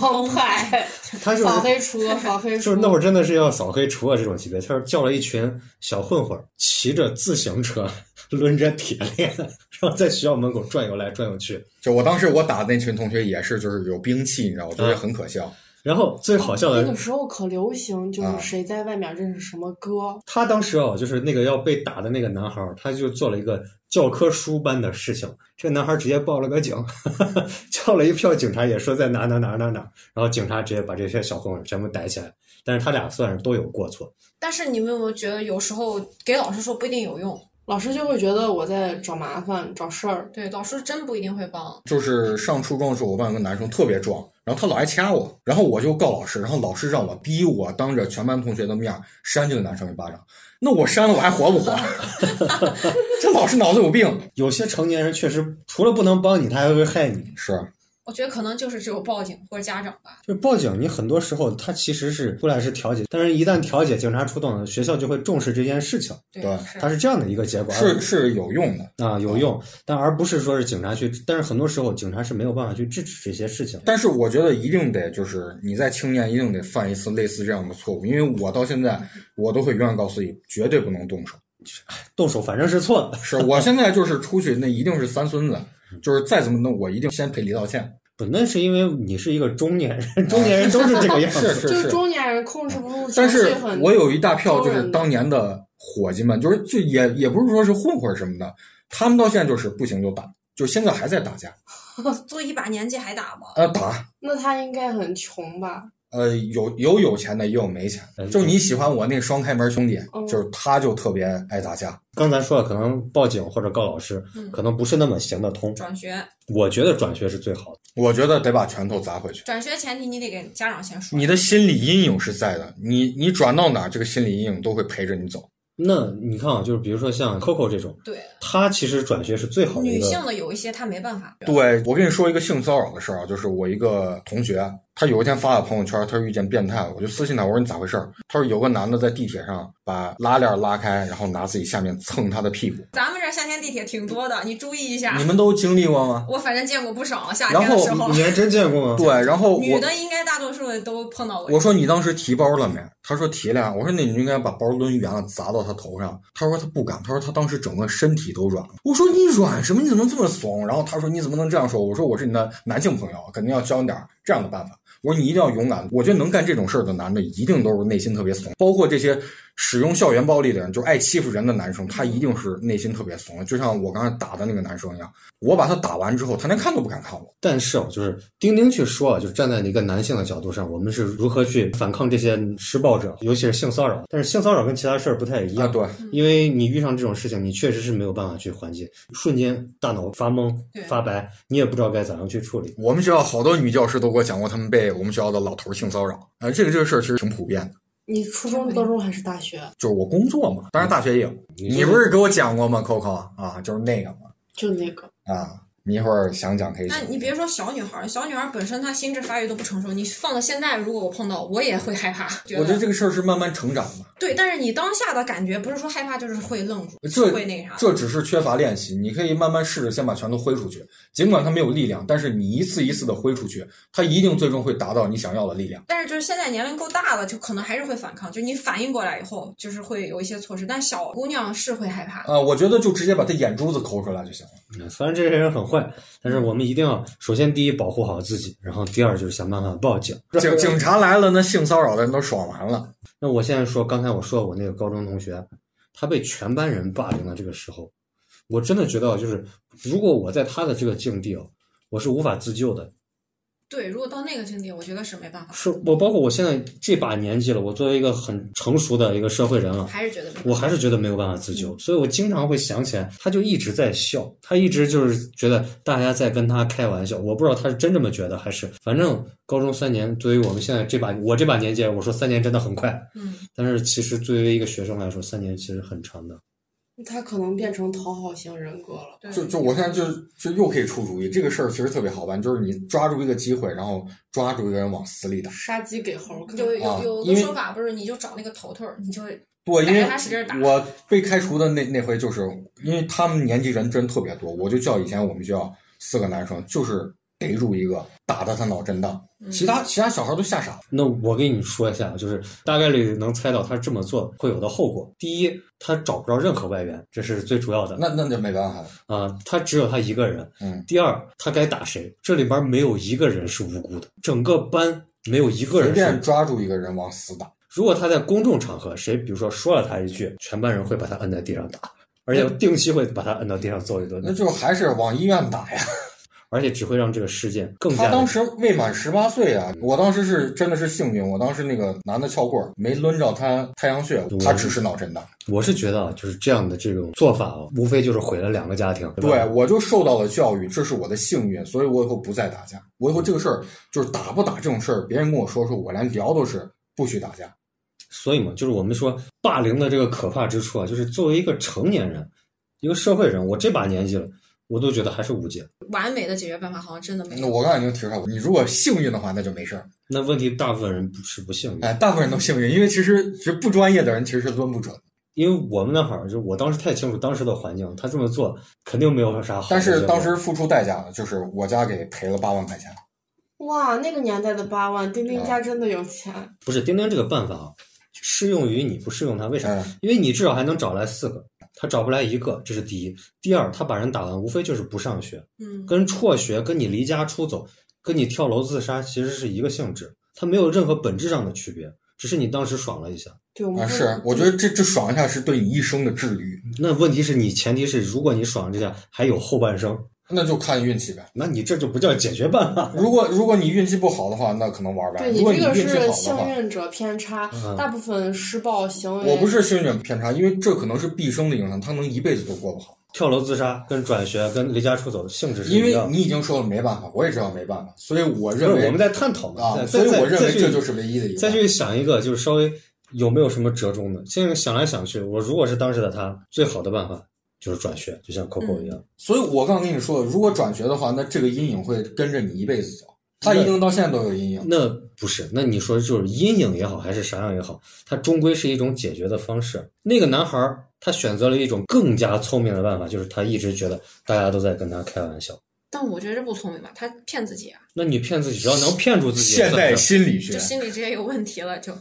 [SPEAKER 3] 帮派，
[SPEAKER 4] 他就是
[SPEAKER 3] 扫黑 除恶，扫黑除
[SPEAKER 4] 就
[SPEAKER 3] 恶。
[SPEAKER 4] 是那会儿真的是要扫黑除恶这种级别，他是叫了一群小混混儿，骑着自行车， 抡着铁链， 然后在学校门口转悠来转悠去。
[SPEAKER 1] 就我当时我打的那群同学也是，就是有兵器，你知道，我觉得很可笑。
[SPEAKER 4] 然后最好啊笑的
[SPEAKER 3] 那个时候可流行，就是谁在外面认识什么歌，
[SPEAKER 4] 他当时哦，就是那个要被打的那个男孩儿，他就做了一个教科书般的事情。这个男孩儿直接报了个警， 叫了一票警察，也说在哪哪哪哪哪，然后警察直接把这些小混混全部逮起来。但是他俩算是都有过错，
[SPEAKER 2] 但是你们有没有觉得，有时候给老师说不一定有用？
[SPEAKER 3] 老师就会觉得我在找麻烦、找事儿。
[SPEAKER 2] 对，老师真不一定会帮。
[SPEAKER 1] 就是上初中的时候，我班有个男生特别壮，然后他老爱掐我，然后我就告老师，然后老师让我逼我当着全班同学的面儿扇这个男生一巴掌。那我扇了，我还活不活？ 这老师脑子有病。
[SPEAKER 4] 有些成年人确实除了不能帮你，他还会害你。
[SPEAKER 1] 是，
[SPEAKER 2] 我觉得可能就是只有报警或者家长吧。
[SPEAKER 4] 就是报警，你很多时候他其实是出来是调解，但是一旦调解，警察出动了，学校就会重视这件事情，
[SPEAKER 2] 对，
[SPEAKER 1] 对
[SPEAKER 2] 是
[SPEAKER 4] 它是这样的一个结果。
[SPEAKER 1] 是是有用的。
[SPEAKER 4] 啊，有用，但而不是说是警察去，但是很多时候警察是没有办法去制止这些事情。
[SPEAKER 1] 但是我觉得一定得就是你在青年一定得犯一次类似这样的错误，因为我到现在我都会永远告诉自己绝对不能动手。
[SPEAKER 4] 动手反正是错的，
[SPEAKER 1] 是我现在就是出去那一定是三孙子，就是再怎么弄我一定先赔礼道歉。
[SPEAKER 4] 不，那是因为你是一个中年人，中年人都是这个样
[SPEAKER 1] 是
[SPEAKER 4] 子。
[SPEAKER 1] 是。
[SPEAKER 3] 就是中年人控制不住情
[SPEAKER 1] 但
[SPEAKER 3] 绪
[SPEAKER 1] 是
[SPEAKER 3] 很，
[SPEAKER 1] 我有一大票就
[SPEAKER 3] 招
[SPEAKER 1] 是
[SPEAKER 3] 人
[SPEAKER 1] 当年的伙计们，就是就也也不是说是混混什么的，他们到现在就是不行就打，就现在还在打架，
[SPEAKER 2] 都一把年纪还打吗？
[SPEAKER 1] 呃打，
[SPEAKER 3] 那他应该很穷吧？
[SPEAKER 1] 呃，有有有钱的，也有没钱的。就你喜欢我那个双开门兄弟
[SPEAKER 3] 嗯，
[SPEAKER 1] 就是他就特别爱打架。
[SPEAKER 4] 刚才说了，可能报警或者告老师，
[SPEAKER 2] 嗯
[SPEAKER 4] 可能不是那么行得通。
[SPEAKER 2] 转学，
[SPEAKER 4] 我觉得转学是最好的。
[SPEAKER 1] 我觉得得把拳头砸回去。
[SPEAKER 2] 转学前提你得给家长先说。
[SPEAKER 1] 你的心理阴影是在的，你你转到哪儿，这个心理阴影都会陪着你走。
[SPEAKER 4] 那你看啊，就是比如说像 Coco 这种，
[SPEAKER 2] 对
[SPEAKER 4] 她其实转学是最好的一
[SPEAKER 2] 女
[SPEAKER 4] 个。
[SPEAKER 2] 性的有一些她没办法，
[SPEAKER 1] 对我跟你说一个性骚扰的事儿啊，就是我一个同学，他有一天发了朋友圈，他说遇见变态，我就私信他，我说你咋回事儿？他说有个男的在地铁上把拉链拉开，然后拿自己下面蹭他的屁股。
[SPEAKER 2] 咱们这儿夏天地铁挺多的，你注意一下
[SPEAKER 1] 你。们都经历过吗？
[SPEAKER 2] 我反正见过不少，夏
[SPEAKER 1] 然
[SPEAKER 2] 天
[SPEAKER 1] 后
[SPEAKER 2] 的时候，
[SPEAKER 4] 哦你还真见过吗？
[SPEAKER 1] 对，然后
[SPEAKER 2] 女
[SPEAKER 1] 我
[SPEAKER 2] 的应该大多数都碰到过。
[SPEAKER 1] 我说你当时提包了没？他说提了呀。我说那你应该把包抡圆了砸到他头上。他说他不敢，他说他当时整个身体都软了。我说你软什么？你怎么这么怂？然后他说你怎么能这样说？我说我是你的男性朋友，肯定要教你点儿这样的办法。我说你一定要勇敢。我觉得能干这种事儿的男的，一定都是内心特别怂，包括这些使用校园暴力的人，就是爱欺负人的男生，他一定是内心特别怂的。就像我刚才打的那个男生一样，我把他打完之后，他连看都不敢看我。
[SPEAKER 4] 但是啊，就是丁丁去说啊，就站在一个男性的角度上，我们是如何去反抗这些施暴者，尤其是性骚扰。但是性骚扰跟其他事儿不太一
[SPEAKER 1] 啊，
[SPEAKER 4] 样，
[SPEAKER 1] 对。
[SPEAKER 4] 因为你遇上这种事情，你确实是没有办法去缓解，瞬间大脑发懵
[SPEAKER 2] 对、
[SPEAKER 4] 发白，你也不知道该咋样去处理。
[SPEAKER 1] 我们学校好多女教师都给我讲过，她们被我们学校的老头儿性骚扰。呃，这个这个事儿其实挺普遍的，
[SPEAKER 3] 你初中、高中还是大学？
[SPEAKER 1] 就是我工作嘛，当然大学也有。你不是给我讲过吗，Coco 啊，就是那个嘛
[SPEAKER 3] 就那个，
[SPEAKER 1] 啊，你一会儿想讲可以
[SPEAKER 2] 那
[SPEAKER 1] 讲。
[SPEAKER 2] 你别说小女孩儿，小女孩儿本身她心智发育都不成熟，你放到现在，如果我碰到，我也会害怕。觉
[SPEAKER 1] 我觉得这个事儿是慢慢成长的，
[SPEAKER 2] 对，但是你当下的感觉不是说害怕，就是会愣住，
[SPEAKER 1] 这
[SPEAKER 2] 会那啥。
[SPEAKER 1] 这只是缺乏练习。你可以慢慢试着先把拳头挥出去，尽管它没有力量，但是你一次一次的挥出去，它一定最终会达到你想要的力量。
[SPEAKER 2] 但是就是现在年龄够大了，就可能还是会反抗，就你反应过来以后，就是会有一些措施。但小姑娘是会害怕的，
[SPEAKER 1] 啊，我觉得就直接把他眼珠子抠出来就行了。
[SPEAKER 4] 嗯虽然这些人很坏，但是我们一定要首先第一保护好自己，然后第二就是想办法报警。
[SPEAKER 1] 警警察来了，那性骚扰的人都爽完了。
[SPEAKER 4] 那我现在说，刚才我说我那个高中同学，他被全班人霸凌的这个时候，我真的觉得啊就是，如果我在他的这个境地哦，我是无法自救的。
[SPEAKER 2] 对。如果到那个境地，我觉得是没办法，
[SPEAKER 4] 是我包括我现在这把年纪了，我作为一个很成熟的一个社会人了。
[SPEAKER 2] 还是觉得没办法
[SPEAKER 4] 我还是觉得没有办法自救，所以我经常会想起来，他就一直在笑，他一直就是觉得大家在跟他开玩笑，我不知道他是真这么觉得还是，反正高中三年，对于我们现在这把我这把年纪，我说三年真的很快，
[SPEAKER 2] 嗯，
[SPEAKER 4] 但是其实对于一个学生来说，三年其实很长的。
[SPEAKER 3] 他可能变成讨好型人格了。
[SPEAKER 2] 对。
[SPEAKER 1] 就就我现在就就又可以出主意，这个事儿其实特别好办，就是你抓住一个机会，然后抓住一个人往死里打。
[SPEAKER 3] 杀鸡给猴看。
[SPEAKER 2] 有有有
[SPEAKER 1] 啊因
[SPEAKER 2] 个
[SPEAKER 1] 为
[SPEAKER 2] 说法不是，你就找那个头头儿，你就
[SPEAKER 1] 对，因
[SPEAKER 2] 逮
[SPEAKER 1] 为
[SPEAKER 2] 着他使劲打
[SPEAKER 1] 我被开除的那那回，就是因为他们年纪人真特别多，我就叫以前我们学校四个男生，就是逮住一个打的他脑震荡，
[SPEAKER 2] 嗯
[SPEAKER 1] 其他其他小孩都吓傻了。
[SPEAKER 4] 那我给你说一下，就是大概率能猜到他这么做会有的后果。第一，他找不着任何外援，这是最主要的。
[SPEAKER 1] 那那就没办法了。
[SPEAKER 4] 啊、他只有他一个人。
[SPEAKER 1] 嗯
[SPEAKER 4] 第二，他该打谁？这里边没有一个人是无辜的，整个班没有一
[SPEAKER 1] 随
[SPEAKER 4] 个人是无
[SPEAKER 1] 便
[SPEAKER 4] 辜的。
[SPEAKER 1] 抓住一个人往死打，
[SPEAKER 4] 如果他在公众场合，谁比如说说了他一句，全班人会把他摁在地上打，而且定期会把他摁到地上揍一顿
[SPEAKER 1] 那，就还是往医院打呀。
[SPEAKER 4] 而且只会让这个事件更加
[SPEAKER 1] 他
[SPEAKER 4] 的。
[SPEAKER 1] 当时未满十八岁啊，我当时是真的是幸运，我当时那个男的撬棍儿没抡着他太阳穴，他只是脑震荡。
[SPEAKER 4] 我是觉得啊，就是这样的这种做法啊，无非就是毁了两个家庭。吧
[SPEAKER 1] 对，我就受到了教育，这是我的幸运，所以我以后不再打架。我以后这个事儿就是打不打这种事儿，别人跟我说说，我连聊都是不许打架。
[SPEAKER 4] 所以嘛，就是我们说霸凌的这个可怕之处啊，就是作为一个成年人，一个社会人，我这把年纪了，我都觉得还是无解。
[SPEAKER 2] 完美的解决办法好像真的没
[SPEAKER 1] 那
[SPEAKER 2] 有。
[SPEAKER 1] 我刚才已经提出来过，你如果幸运的话，那就没事儿。
[SPEAKER 4] 那问题大部分人不是不幸运，
[SPEAKER 1] 哎，大部分人都幸运，因为其实其实不专业的人其实是抡不准。
[SPEAKER 4] 因为我们那会儿就我当时太清楚当时的环境，他这么做肯定没有啥好的
[SPEAKER 1] 但
[SPEAKER 4] 结果。
[SPEAKER 1] 是当时付出代价了，就是我家给赔了八万块钱。
[SPEAKER 3] 哇，那个年代的八万，丁丁家真的有钱。
[SPEAKER 4] 不是丁丁这个办法啊，适用于你不适用他，为啥？
[SPEAKER 1] 嗯，
[SPEAKER 4] 因为你至少还能找来四个，他找不来一个，这是第一。第二，他把人打完，无非就是不上学。
[SPEAKER 2] 嗯，
[SPEAKER 4] 跟辍学、跟你离家出走、跟你跳楼自杀其实是一个性质，它没有任何本质上的区别，只是你当时爽了一下。
[SPEAKER 3] 对，我们
[SPEAKER 1] 啊
[SPEAKER 3] 不
[SPEAKER 1] 是，我觉得这这爽一下是对你一生的治愈。
[SPEAKER 4] 那问题是你前提是，如果你爽了这下还有后半生，
[SPEAKER 1] 那就看运气呗。
[SPEAKER 4] 那你这就不叫解决办法。
[SPEAKER 1] 如果如果你运气不好的话，那可能玩完；
[SPEAKER 3] 对
[SPEAKER 1] 如果
[SPEAKER 3] 这个
[SPEAKER 1] 运气好
[SPEAKER 3] 是
[SPEAKER 1] 的
[SPEAKER 3] 幸
[SPEAKER 1] 话，
[SPEAKER 3] 运者偏差，
[SPEAKER 4] 嗯
[SPEAKER 3] 大部分施暴行为
[SPEAKER 1] 我不是幸运偏差，因为这可能是毕生的影响，他能一辈子都过不好。
[SPEAKER 4] 跳楼自杀跟转学跟离家出走的性质是
[SPEAKER 1] 因
[SPEAKER 4] 一
[SPEAKER 1] 为
[SPEAKER 4] 样的。
[SPEAKER 1] 你已经说了没办法，我也知道没办法，所以我
[SPEAKER 4] 不是
[SPEAKER 1] 认为
[SPEAKER 4] 我们在探讨嘛，
[SPEAKER 1] 啊，
[SPEAKER 4] 再
[SPEAKER 1] 所以
[SPEAKER 4] 再
[SPEAKER 1] 我认为
[SPEAKER 4] 再去
[SPEAKER 1] 这就是唯一的一个
[SPEAKER 4] 再
[SPEAKER 1] 办法。
[SPEAKER 4] 去想一个，就是稍微有没有什么折中的。现在想来想去，我如果是当时的他，最好的办法就是转学，就像 Coco 一样。
[SPEAKER 1] 所以我刚刚跟你说，如果转学的话，那这个阴影会跟着你一辈子走，他一定到现在都有阴影。
[SPEAKER 4] 那不是，那你说就是阴影也好，还是啥样也好，它终归是一种解决的方式。那个男孩儿他选择了一种更加聪明的办法，就是他一直觉得大家都在跟他开玩笑。
[SPEAKER 2] 但我觉得这不聪明吧，他骗自己啊，
[SPEAKER 4] 那你骗自己，只要能骗住自己，
[SPEAKER 1] 现代心理学
[SPEAKER 2] 就，心理直接有问题了，就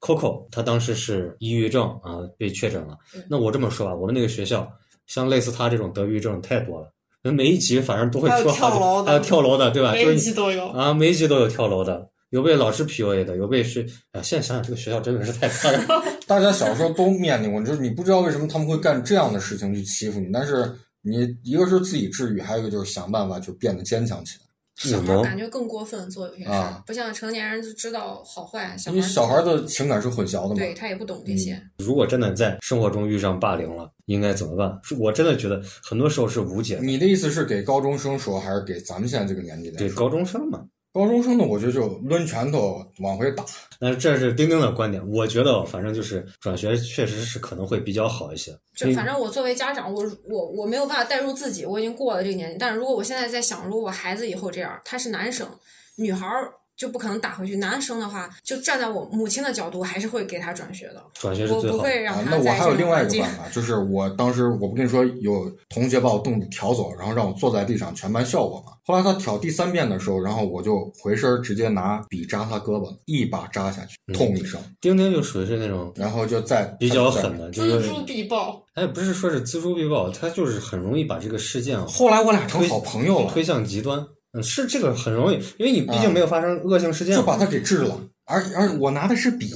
[SPEAKER 4] Coco 他当时是抑郁症啊，被确诊了
[SPEAKER 2] 嗯。
[SPEAKER 4] 那我这么说啊吧，我们那个学校像类似他这种得抑郁症太多了，那每一集反正都会
[SPEAKER 3] 还有
[SPEAKER 4] 说好几
[SPEAKER 3] 跳楼的
[SPEAKER 4] 还有跳楼的，对吧？
[SPEAKER 3] 每一
[SPEAKER 4] 就是
[SPEAKER 3] 集都有
[SPEAKER 1] 嗯
[SPEAKER 4] 啊，每一集都有跳楼的，有被老师 PUA 的，有被是啊。现在想想这个学校真的是太差了。
[SPEAKER 1] 大家小时候都面临过，就是你不知道为什么他们会干这样的事情去欺负你，但是你一个是自己治愈，还有一个就是想办法就变得坚强起来。
[SPEAKER 4] 小
[SPEAKER 2] 我感觉更过分做有些事儿
[SPEAKER 1] 啊，
[SPEAKER 2] 不像成年人就知道好坏，小
[SPEAKER 1] 因
[SPEAKER 2] 孩
[SPEAKER 1] 为
[SPEAKER 2] 儿
[SPEAKER 1] 小孩嗯的情感是混淆的
[SPEAKER 2] 对
[SPEAKER 1] 嘛，
[SPEAKER 2] 他也不懂这些。
[SPEAKER 4] 如果真的在生活中遇上霸凌了，应该怎么办？是我真的觉得很多时候是无解的。
[SPEAKER 1] 你的意思是给高中生说，还是给咱们现在这个年纪的
[SPEAKER 4] 对
[SPEAKER 1] 人说？
[SPEAKER 4] 高中生嘛，
[SPEAKER 1] 高中生呢，我觉得就抡拳头往回打。
[SPEAKER 4] 那这是丁丁的观点。我觉得哦反正就是转学确实是可能会比较好一些。
[SPEAKER 2] 就反正我作为家长，我我我没有办法代入自己，我已经过了这个年龄。但是如果我现在在想，如果我孩子以后这样，他是男生，女孩儿就不可能打回去；男生的话，就站在我母亲的角度，还是会给他转学的，
[SPEAKER 4] 转学是
[SPEAKER 2] 我
[SPEAKER 4] 最
[SPEAKER 2] 不
[SPEAKER 4] 好的。
[SPEAKER 2] 会让
[SPEAKER 1] 啊，
[SPEAKER 2] 他
[SPEAKER 1] 那我
[SPEAKER 2] 在
[SPEAKER 1] 还有
[SPEAKER 2] 这
[SPEAKER 1] 另
[SPEAKER 2] 种
[SPEAKER 1] 外一
[SPEAKER 2] 环
[SPEAKER 1] 个
[SPEAKER 2] 境
[SPEAKER 1] 办。法，就是我当时我不跟你说有同学把我凳子挑走，然后让我坐在地上，全班笑我嘛。后来他挑第三遍的时候，然后我就回身直接拿笔扎他胳膊，一把扎下去，痛一声，
[SPEAKER 4] 丁丁就属于是那种
[SPEAKER 1] 然后就再
[SPEAKER 4] 嗯比较狠。的，就
[SPEAKER 3] 锱
[SPEAKER 4] 是
[SPEAKER 3] 铢必报。
[SPEAKER 4] 他也不是说是锱铢必报，他就是很容易把这个事件啊
[SPEAKER 1] 后来我俩成
[SPEAKER 4] 推
[SPEAKER 1] 好朋友了
[SPEAKER 4] 推，向极端。嗯，是这个很容易，因为你毕竟
[SPEAKER 1] 啊
[SPEAKER 4] 没有发生恶性事件
[SPEAKER 1] 就
[SPEAKER 4] 嘛。
[SPEAKER 1] 把他给治了。而而我拿的是笔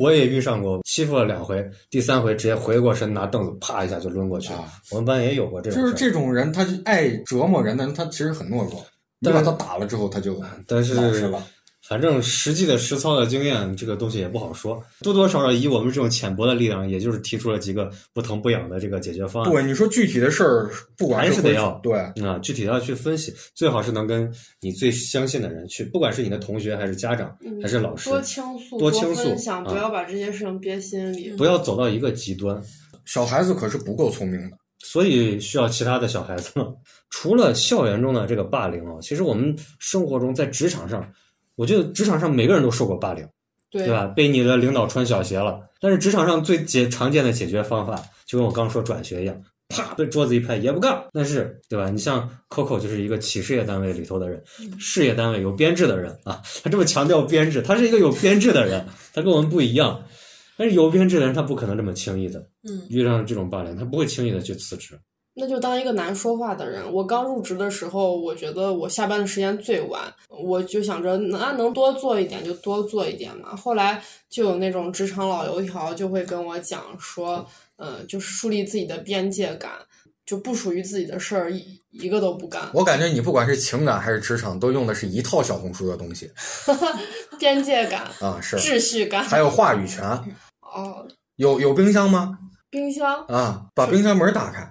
[SPEAKER 4] 我也遇上过，欺负了两回，第三回直接回过身拿凳子啪一下就抡过去。
[SPEAKER 1] 啊，
[SPEAKER 4] 我们班也有过这种
[SPEAKER 1] 就是
[SPEAKER 4] 事儿
[SPEAKER 1] 这种人，他就爱折磨人，但是他其实很懦弱。你
[SPEAKER 4] 但啊
[SPEAKER 1] 把
[SPEAKER 4] 是
[SPEAKER 1] 他打了之后，他就
[SPEAKER 4] 但
[SPEAKER 1] 老
[SPEAKER 4] 是
[SPEAKER 1] 实了
[SPEAKER 4] 反正实际的实操的经验，这个东西也不好说，多多少少以我们这种浅薄的力量，也就是提出了几个不疼不痒的这个解决方案。
[SPEAKER 1] 对你说具体的事儿，不管
[SPEAKER 4] 还是得
[SPEAKER 1] 回
[SPEAKER 4] 要
[SPEAKER 1] 对，
[SPEAKER 4] 啊，具体要去分析，最好是能跟你最相信的人去，不管是你的同学还是家长
[SPEAKER 3] 嗯
[SPEAKER 4] 还是老师，
[SPEAKER 3] 多倾诉，
[SPEAKER 4] 多
[SPEAKER 3] 多
[SPEAKER 4] 倾诉
[SPEAKER 3] 分享，
[SPEAKER 4] 啊
[SPEAKER 1] 嗯
[SPEAKER 3] 不要把这些事情憋心里。
[SPEAKER 4] 不要走到一个极端。
[SPEAKER 1] 小孩子可是不够聪明的。
[SPEAKER 4] 所以需要其他的小孩子嘛。除了校园中的这个霸凌啊，其实我们生活中在职场上，我觉得职场上每个人都受过霸凌，
[SPEAKER 3] 对
[SPEAKER 4] 对吧？被你的领导穿小鞋了，但是职场上最解常见的解决方法，就跟我刚说转学一样。啪，对桌子一拍，也不干。但是，对吧？你像 Coco 就是一个企事业单位里头的人，事业单位有编制的人啊，他这么强调编制，他是一个有编制的人，他跟我们不一样。但是有编制的人，他不可能这么轻易的
[SPEAKER 2] 嗯，
[SPEAKER 4] 遇上这种霸凌，他不会轻易的去辞职。
[SPEAKER 3] 那就当一个难说话的人。我刚入职的时候，我觉得我下班的时间最晚，我就想着那能多做一点就多做一点嘛。后来就有那种职场老油条就会跟我讲说，呃，就是树立自己的边界感，就不属于自己的事儿一一个都不干。
[SPEAKER 1] 我感觉你不管是情感还是职场，都用的是一套小红书的东西
[SPEAKER 3] 边界感、
[SPEAKER 1] 啊，是，
[SPEAKER 3] 秩序感。
[SPEAKER 1] 还有话语权。
[SPEAKER 3] 哦，
[SPEAKER 1] 有有冰箱吗？
[SPEAKER 3] 冰箱。
[SPEAKER 1] 啊，把冰箱门打开。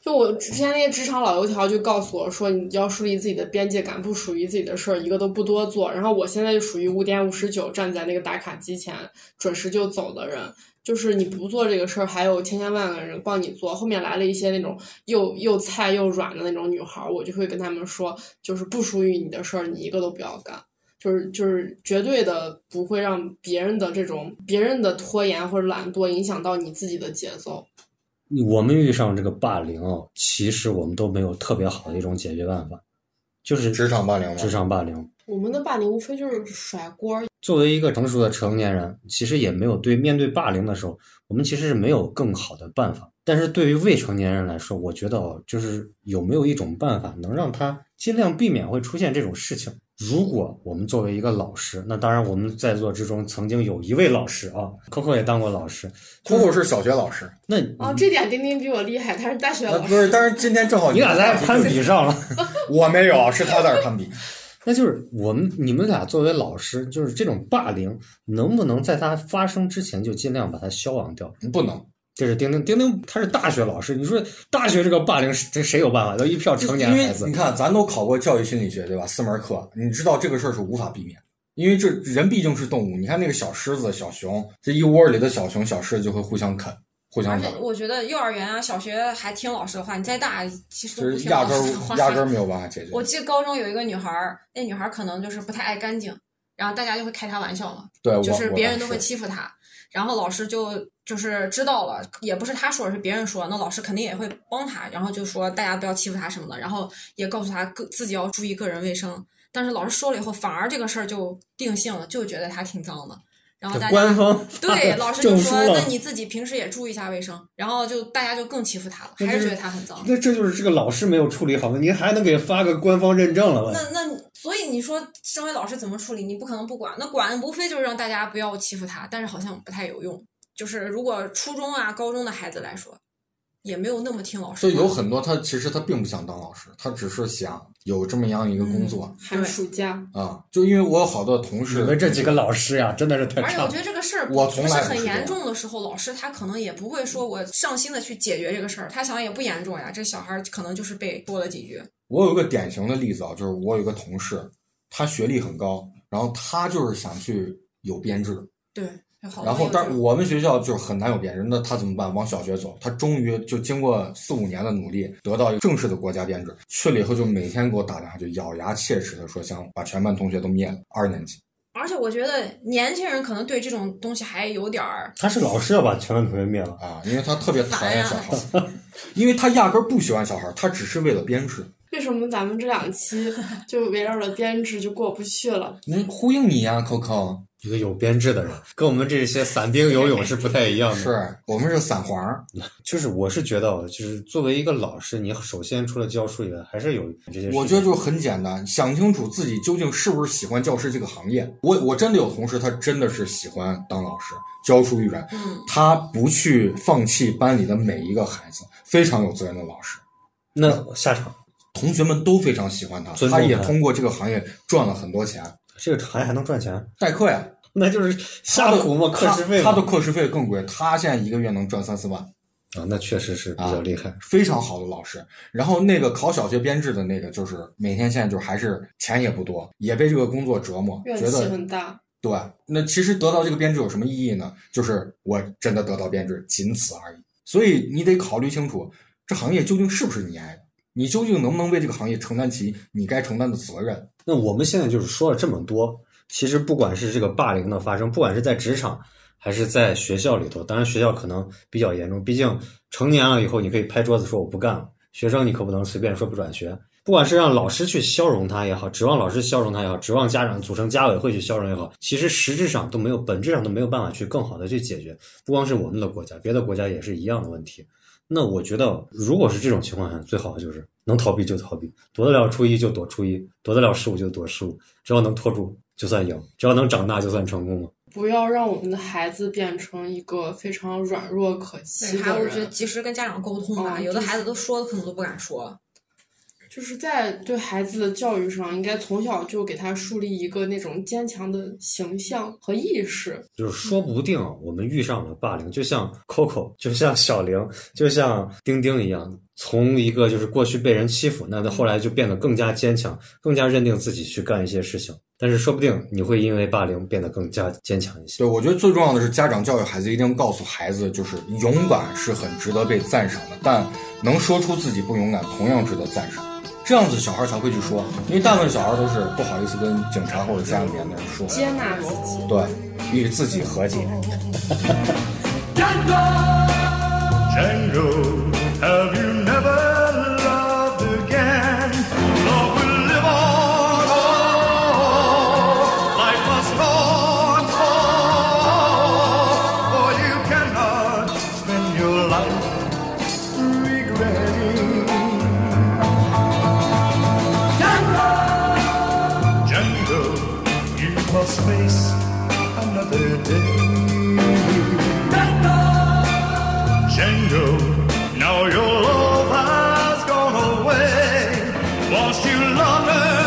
[SPEAKER 3] 就我之前那些职场老油条就告诉我说，你要树立自己的边界感，不属于自己的事儿一个都不多做。然后我现在就属于五点五十九站在那个打卡机前准时就走的人，就是你不做这个事儿，还有千千万万人帮你做。后面来了一些那种又又菜又软的那种女孩儿，我就会跟他们说，就是不属于你的事儿，你一个都不要干。就是就是绝对的不会让别人的这种别人的拖延或者懒惰影响到你自己的节奏。
[SPEAKER 4] 我们遇上这个霸凌哦，其实我们都没有特别好的一种解决办法，就是
[SPEAKER 1] 职场霸凌吗
[SPEAKER 4] 职场霸凌。
[SPEAKER 3] 我们的霸凌无非就是甩锅儿，
[SPEAKER 4] 作为一个成熟的成年人，其实也没有对面对霸凌的时候，我们其实是没有更好的办法。但是对于未成年人来说，我觉得哦，就是有没有一种办法能让他尽量避免会出现这种事情。如果我们作为一个老师，那当然我们在座之中曾经有一位老师啊，Coco 也当过老师，
[SPEAKER 1] Coco 是小学老师，
[SPEAKER 4] 那
[SPEAKER 1] 嗯
[SPEAKER 3] 哦，这点丁丁比我厉害，他是大学
[SPEAKER 1] 呃
[SPEAKER 3] 老
[SPEAKER 1] 不
[SPEAKER 3] 师。
[SPEAKER 1] 是，但是今天正好
[SPEAKER 4] 你俩在
[SPEAKER 1] 在
[SPEAKER 4] 攀比上了。
[SPEAKER 1] 我没有，是他在这攀比。
[SPEAKER 4] 那就是我们你们俩作为老师，就是这种霸凌，能不能在它发生之前就尽量把它消亡掉？
[SPEAKER 1] 嗯不 能，
[SPEAKER 4] 这是丁丁，丁丁他是大学老师，你说大学这个霸凌，这谁有办法？都一票成年
[SPEAKER 1] 因
[SPEAKER 4] 孩
[SPEAKER 1] 为
[SPEAKER 4] 子
[SPEAKER 1] 你，看，咱都考过教育心理学，对吧？四门课，你知道这个事儿是无法避免，因为这人毕竟是动物。你看那个小狮子、小熊，这一窝里的小熊、小狮子就会互相啃，互
[SPEAKER 2] 而
[SPEAKER 1] 相
[SPEAKER 2] 且
[SPEAKER 1] 咬，
[SPEAKER 2] 我觉得幼儿园啊、小学还听老师的话，你再大其实
[SPEAKER 1] 就
[SPEAKER 2] 都不
[SPEAKER 1] 是
[SPEAKER 2] 听
[SPEAKER 1] 压
[SPEAKER 2] 老
[SPEAKER 1] 根
[SPEAKER 2] 师的话
[SPEAKER 1] 儿。压 根儿没有办法解决。
[SPEAKER 2] 我记得高中有一个女孩儿，那女孩儿可能就是不太爱干净，然后大家就会开她玩笑嘛，
[SPEAKER 1] 对，我
[SPEAKER 2] 就是
[SPEAKER 1] 我
[SPEAKER 2] 别人
[SPEAKER 1] 也
[SPEAKER 2] 都会欺负她，然后老师就就是知道了，也不是她说，是别人说，那老师肯定也会帮她，然后就说大家不要欺负她什么的，然后也告诉她个自己要注意个人卫生。但是老师说了以后，反而这个事儿就定性了，就觉得她挺脏的，然后
[SPEAKER 4] 这
[SPEAKER 2] 大家
[SPEAKER 4] 官方
[SPEAKER 2] 对，老师就
[SPEAKER 4] 证书
[SPEAKER 2] 说：“
[SPEAKER 4] 了
[SPEAKER 2] 那你自己平时也注意一下卫生。”然后就大家就更欺负他了，
[SPEAKER 4] 那
[SPEAKER 2] 还
[SPEAKER 4] 就是是
[SPEAKER 2] 觉得他很脏。
[SPEAKER 4] 那这就是这个老师没有处理好，你还能给发个官方认证了吧？
[SPEAKER 2] 那那所以你说，身为老师怎么处理？你不可能不管，那管无非就是让大家不要欺负他，但是好像不太有用。就是如果初中啊、高中的孩子来说，也没有那么听老师
[SPEAKER 1] 所
[SPEAKER 2] 的。
[SPEAKER 1] 以有很多他其实他并不想当老师，他只是想有这么样一个工作
[SPEAKER 3] 寒暑假，
[SPEAKER 1] 啊、就因为我有好多同
[SPEAKER 4] 嗯你
[SPEAKER 1] 事，
[SPEAKER 4] 们这几个老师呀，真的是太
[SPEAKER 2] 而且
[SPEAKER 4] 差
[SPEAKER 2] 我
[SPEAKER 4] 了
[SPEAKER 2] 觉。得这个事儿
[SPEAKER 1] 我
[SPEAKER 2] 不
[SPEAKER 1] 从
[SPEAKER 2] 是
[SPEAKER 1] 来不
[SPEAKER 2] 很
[SPEAKER 1] 是
[SPEAKER 2] 严
[SPEAKER 1] 这样
[SPEAKER 2] 重的时候，老师他可能也不会说我上心的去解决这个事儿，他想也不严重呀，这小孩儿可能就是被说了几句。
[SPEAKER 1] 我有一个典型的例子啊，就是我有一个同事，他学历很高，然后他就是想去有编制，
[SPEAKER 2] 对，有
[SPEAKER 4] 哦
[SPEAKER 2] 好多
[SPEAKER 1] 然后
[SPEAKER 2] 有这
[SPEAKER 1] 但
[SPEAKER 2] 种
[SPEAKER 1] 是我们学校就是很难有编制，那他怎么办？往小学走，他终于就经过四五年的努力，得到一个正式的国家编制，去了以后就每天给我打电话，就咬牙切齿的说想把全班同学都灭了，二年级。
[SPEAKER 2] 而且我觉得年轻人可能对这种东西还有点儿，
[SPEAKER 4] 他是老师要把全班同学灭了，
[SPEAKER 1] 啊，因为他特别讨厌小孩儿，因为他压根儿不喜欢小孩儿，他只是为了编制。
[SPEAKER 3] 为什么咱们这两期就围绕着编制就过不去了？
[SPEAKER 1] 嗯，呼应你呀、c o c o
[SPEAKER 4] 一个有编制的人，跟我们这些散兵游泳是不太一样 的。
[SPEAKER 1] 是我们是散黄儿，
[SPEAKER 4] 就是我是觉得啊，就是作为一个老师，你首先除了教书以外，还是有这些事情。
[SPEAKER 1] 我觉得就很简单，想清楚自己究竟是不是喜欢教师这个行业。我我真的有同事，他真的是喜欢当老师，教书育人，
[SPEAKER 2] 嗯，
[SPEAKER 1] 他不去放弃班里的每一个孩子，非常有责任的老师。
[SPEAKER 4] 那下场
[SPEAKER 1] 同学们都非常喜欢他，
[SPEAKER 4] 尊重
[SPEAKER 1] 他也
[SPEAKER 4] 他
[SPEAKER 1] 通过这个行业赚了很多钱。
[SPEAKER 4] 这个行业还能赚钱，
[SPEAKER 1] 代课呀，
[SPEAKER 4] 那就是
[SPEAKER 1] 他
[SPEAKER 4] 下
[SPEAKER 1] 的
[SPEAKER 4] 苦嘛，课时费嘛
[SPEAKER 1] 他，他的课时费更贵，他现在一个月能赚三四万。
[SPEAKER 4] 啊，那确实是比较厉害。
[SPEAKER 1] 非常好的老师。然后那个考小学编制的那个，就是每天现在就还是钱也不多，也被这个工作折磨，
[SPEAKER 3] 怨
[SPEAKER 1] 觉
[SPEAKER 3] 气
[SPEAKER 1] 得
[SPEAKER 3] 很大。
[SPEAKER 1] 对。那其实得到这个编制有什么意义呢？就是我真的得到编制，仅此而已。所以你得考虑清楚，这行业究竟是不是你爱的，你究竟能不能为这个行业承担起你该承担的责任。
[SPEAKER 4] 那我们现在就是说了这么多，其实不管是这个霸凌的发生，不管是在职场还是在学校里头，当然学校可能比较严重，毕竟成年了以后你可以拍桌子说我不干了，学生你可不能随便说不转学。不管是让老师去消融他也好，指望老师消融他也好，指望家长组成家委会去消融也好，其实实质上都没有，本质上都没有办法去更好的去解决。不光是我们的国家，别的国家也是一样的问题。那我觉得，如果是这种情况下，最好的就是能逃避就逃避，躲得了初一就躲初一，躲得了十五就躲十五，只要能拖住就算赢，只要能长大就算成功了。
[SPEAKER 3] 不要让我们的孩子变成一个非常软弱可欺
[SPEAKER 2] 对，还有哦
[SPEAKER 3] 的
[SPEAKER 2] 我觉得
[SPEAKER 3] 人，
[SPEAKER 2] 及时跟家长沟通吧，
[SPEAKER 3] 嗯
[SPEAKER 2] 有的
[SPEAKER 3] 就是
[SPEAKER 2] 孩子都说可能都不敢说。
[SPEAKER 3] 就是在对孩子的教育上，应该从小就给他树立一个那种坚强的形象和意识。
[SPEAKER 4] 就是说不定啊我们遇上了霸凌，就像 Coco，就像小玲，就像丁丁一样，从一个就是过去被人欺负，那他后来就变得更加坚强，更加认定自己去干一些事情。但是说不定你会因为霸凌变得更加坚强一些
[SPEAKER 1] 对，。我觉得最重要的是家长教育孩子，一定告诉孩子，就是勇敢是很值得被赞赏的，但能说出自己不勇敢，同样值得赞赏。这样子小孩才会去说，因为大部分小孩都是不好意思跟警察或者家里面的人说，
[SPEAKER 3] 接纳自己，
[SPEAKER 1] 对，与自己和解。
[SPEAKER 5] Django, have you never loved again? Love will live on, oh, on. oh, Life must go its face another day. Django, now your love has gone away. Lost you longer Oh, oh, oh,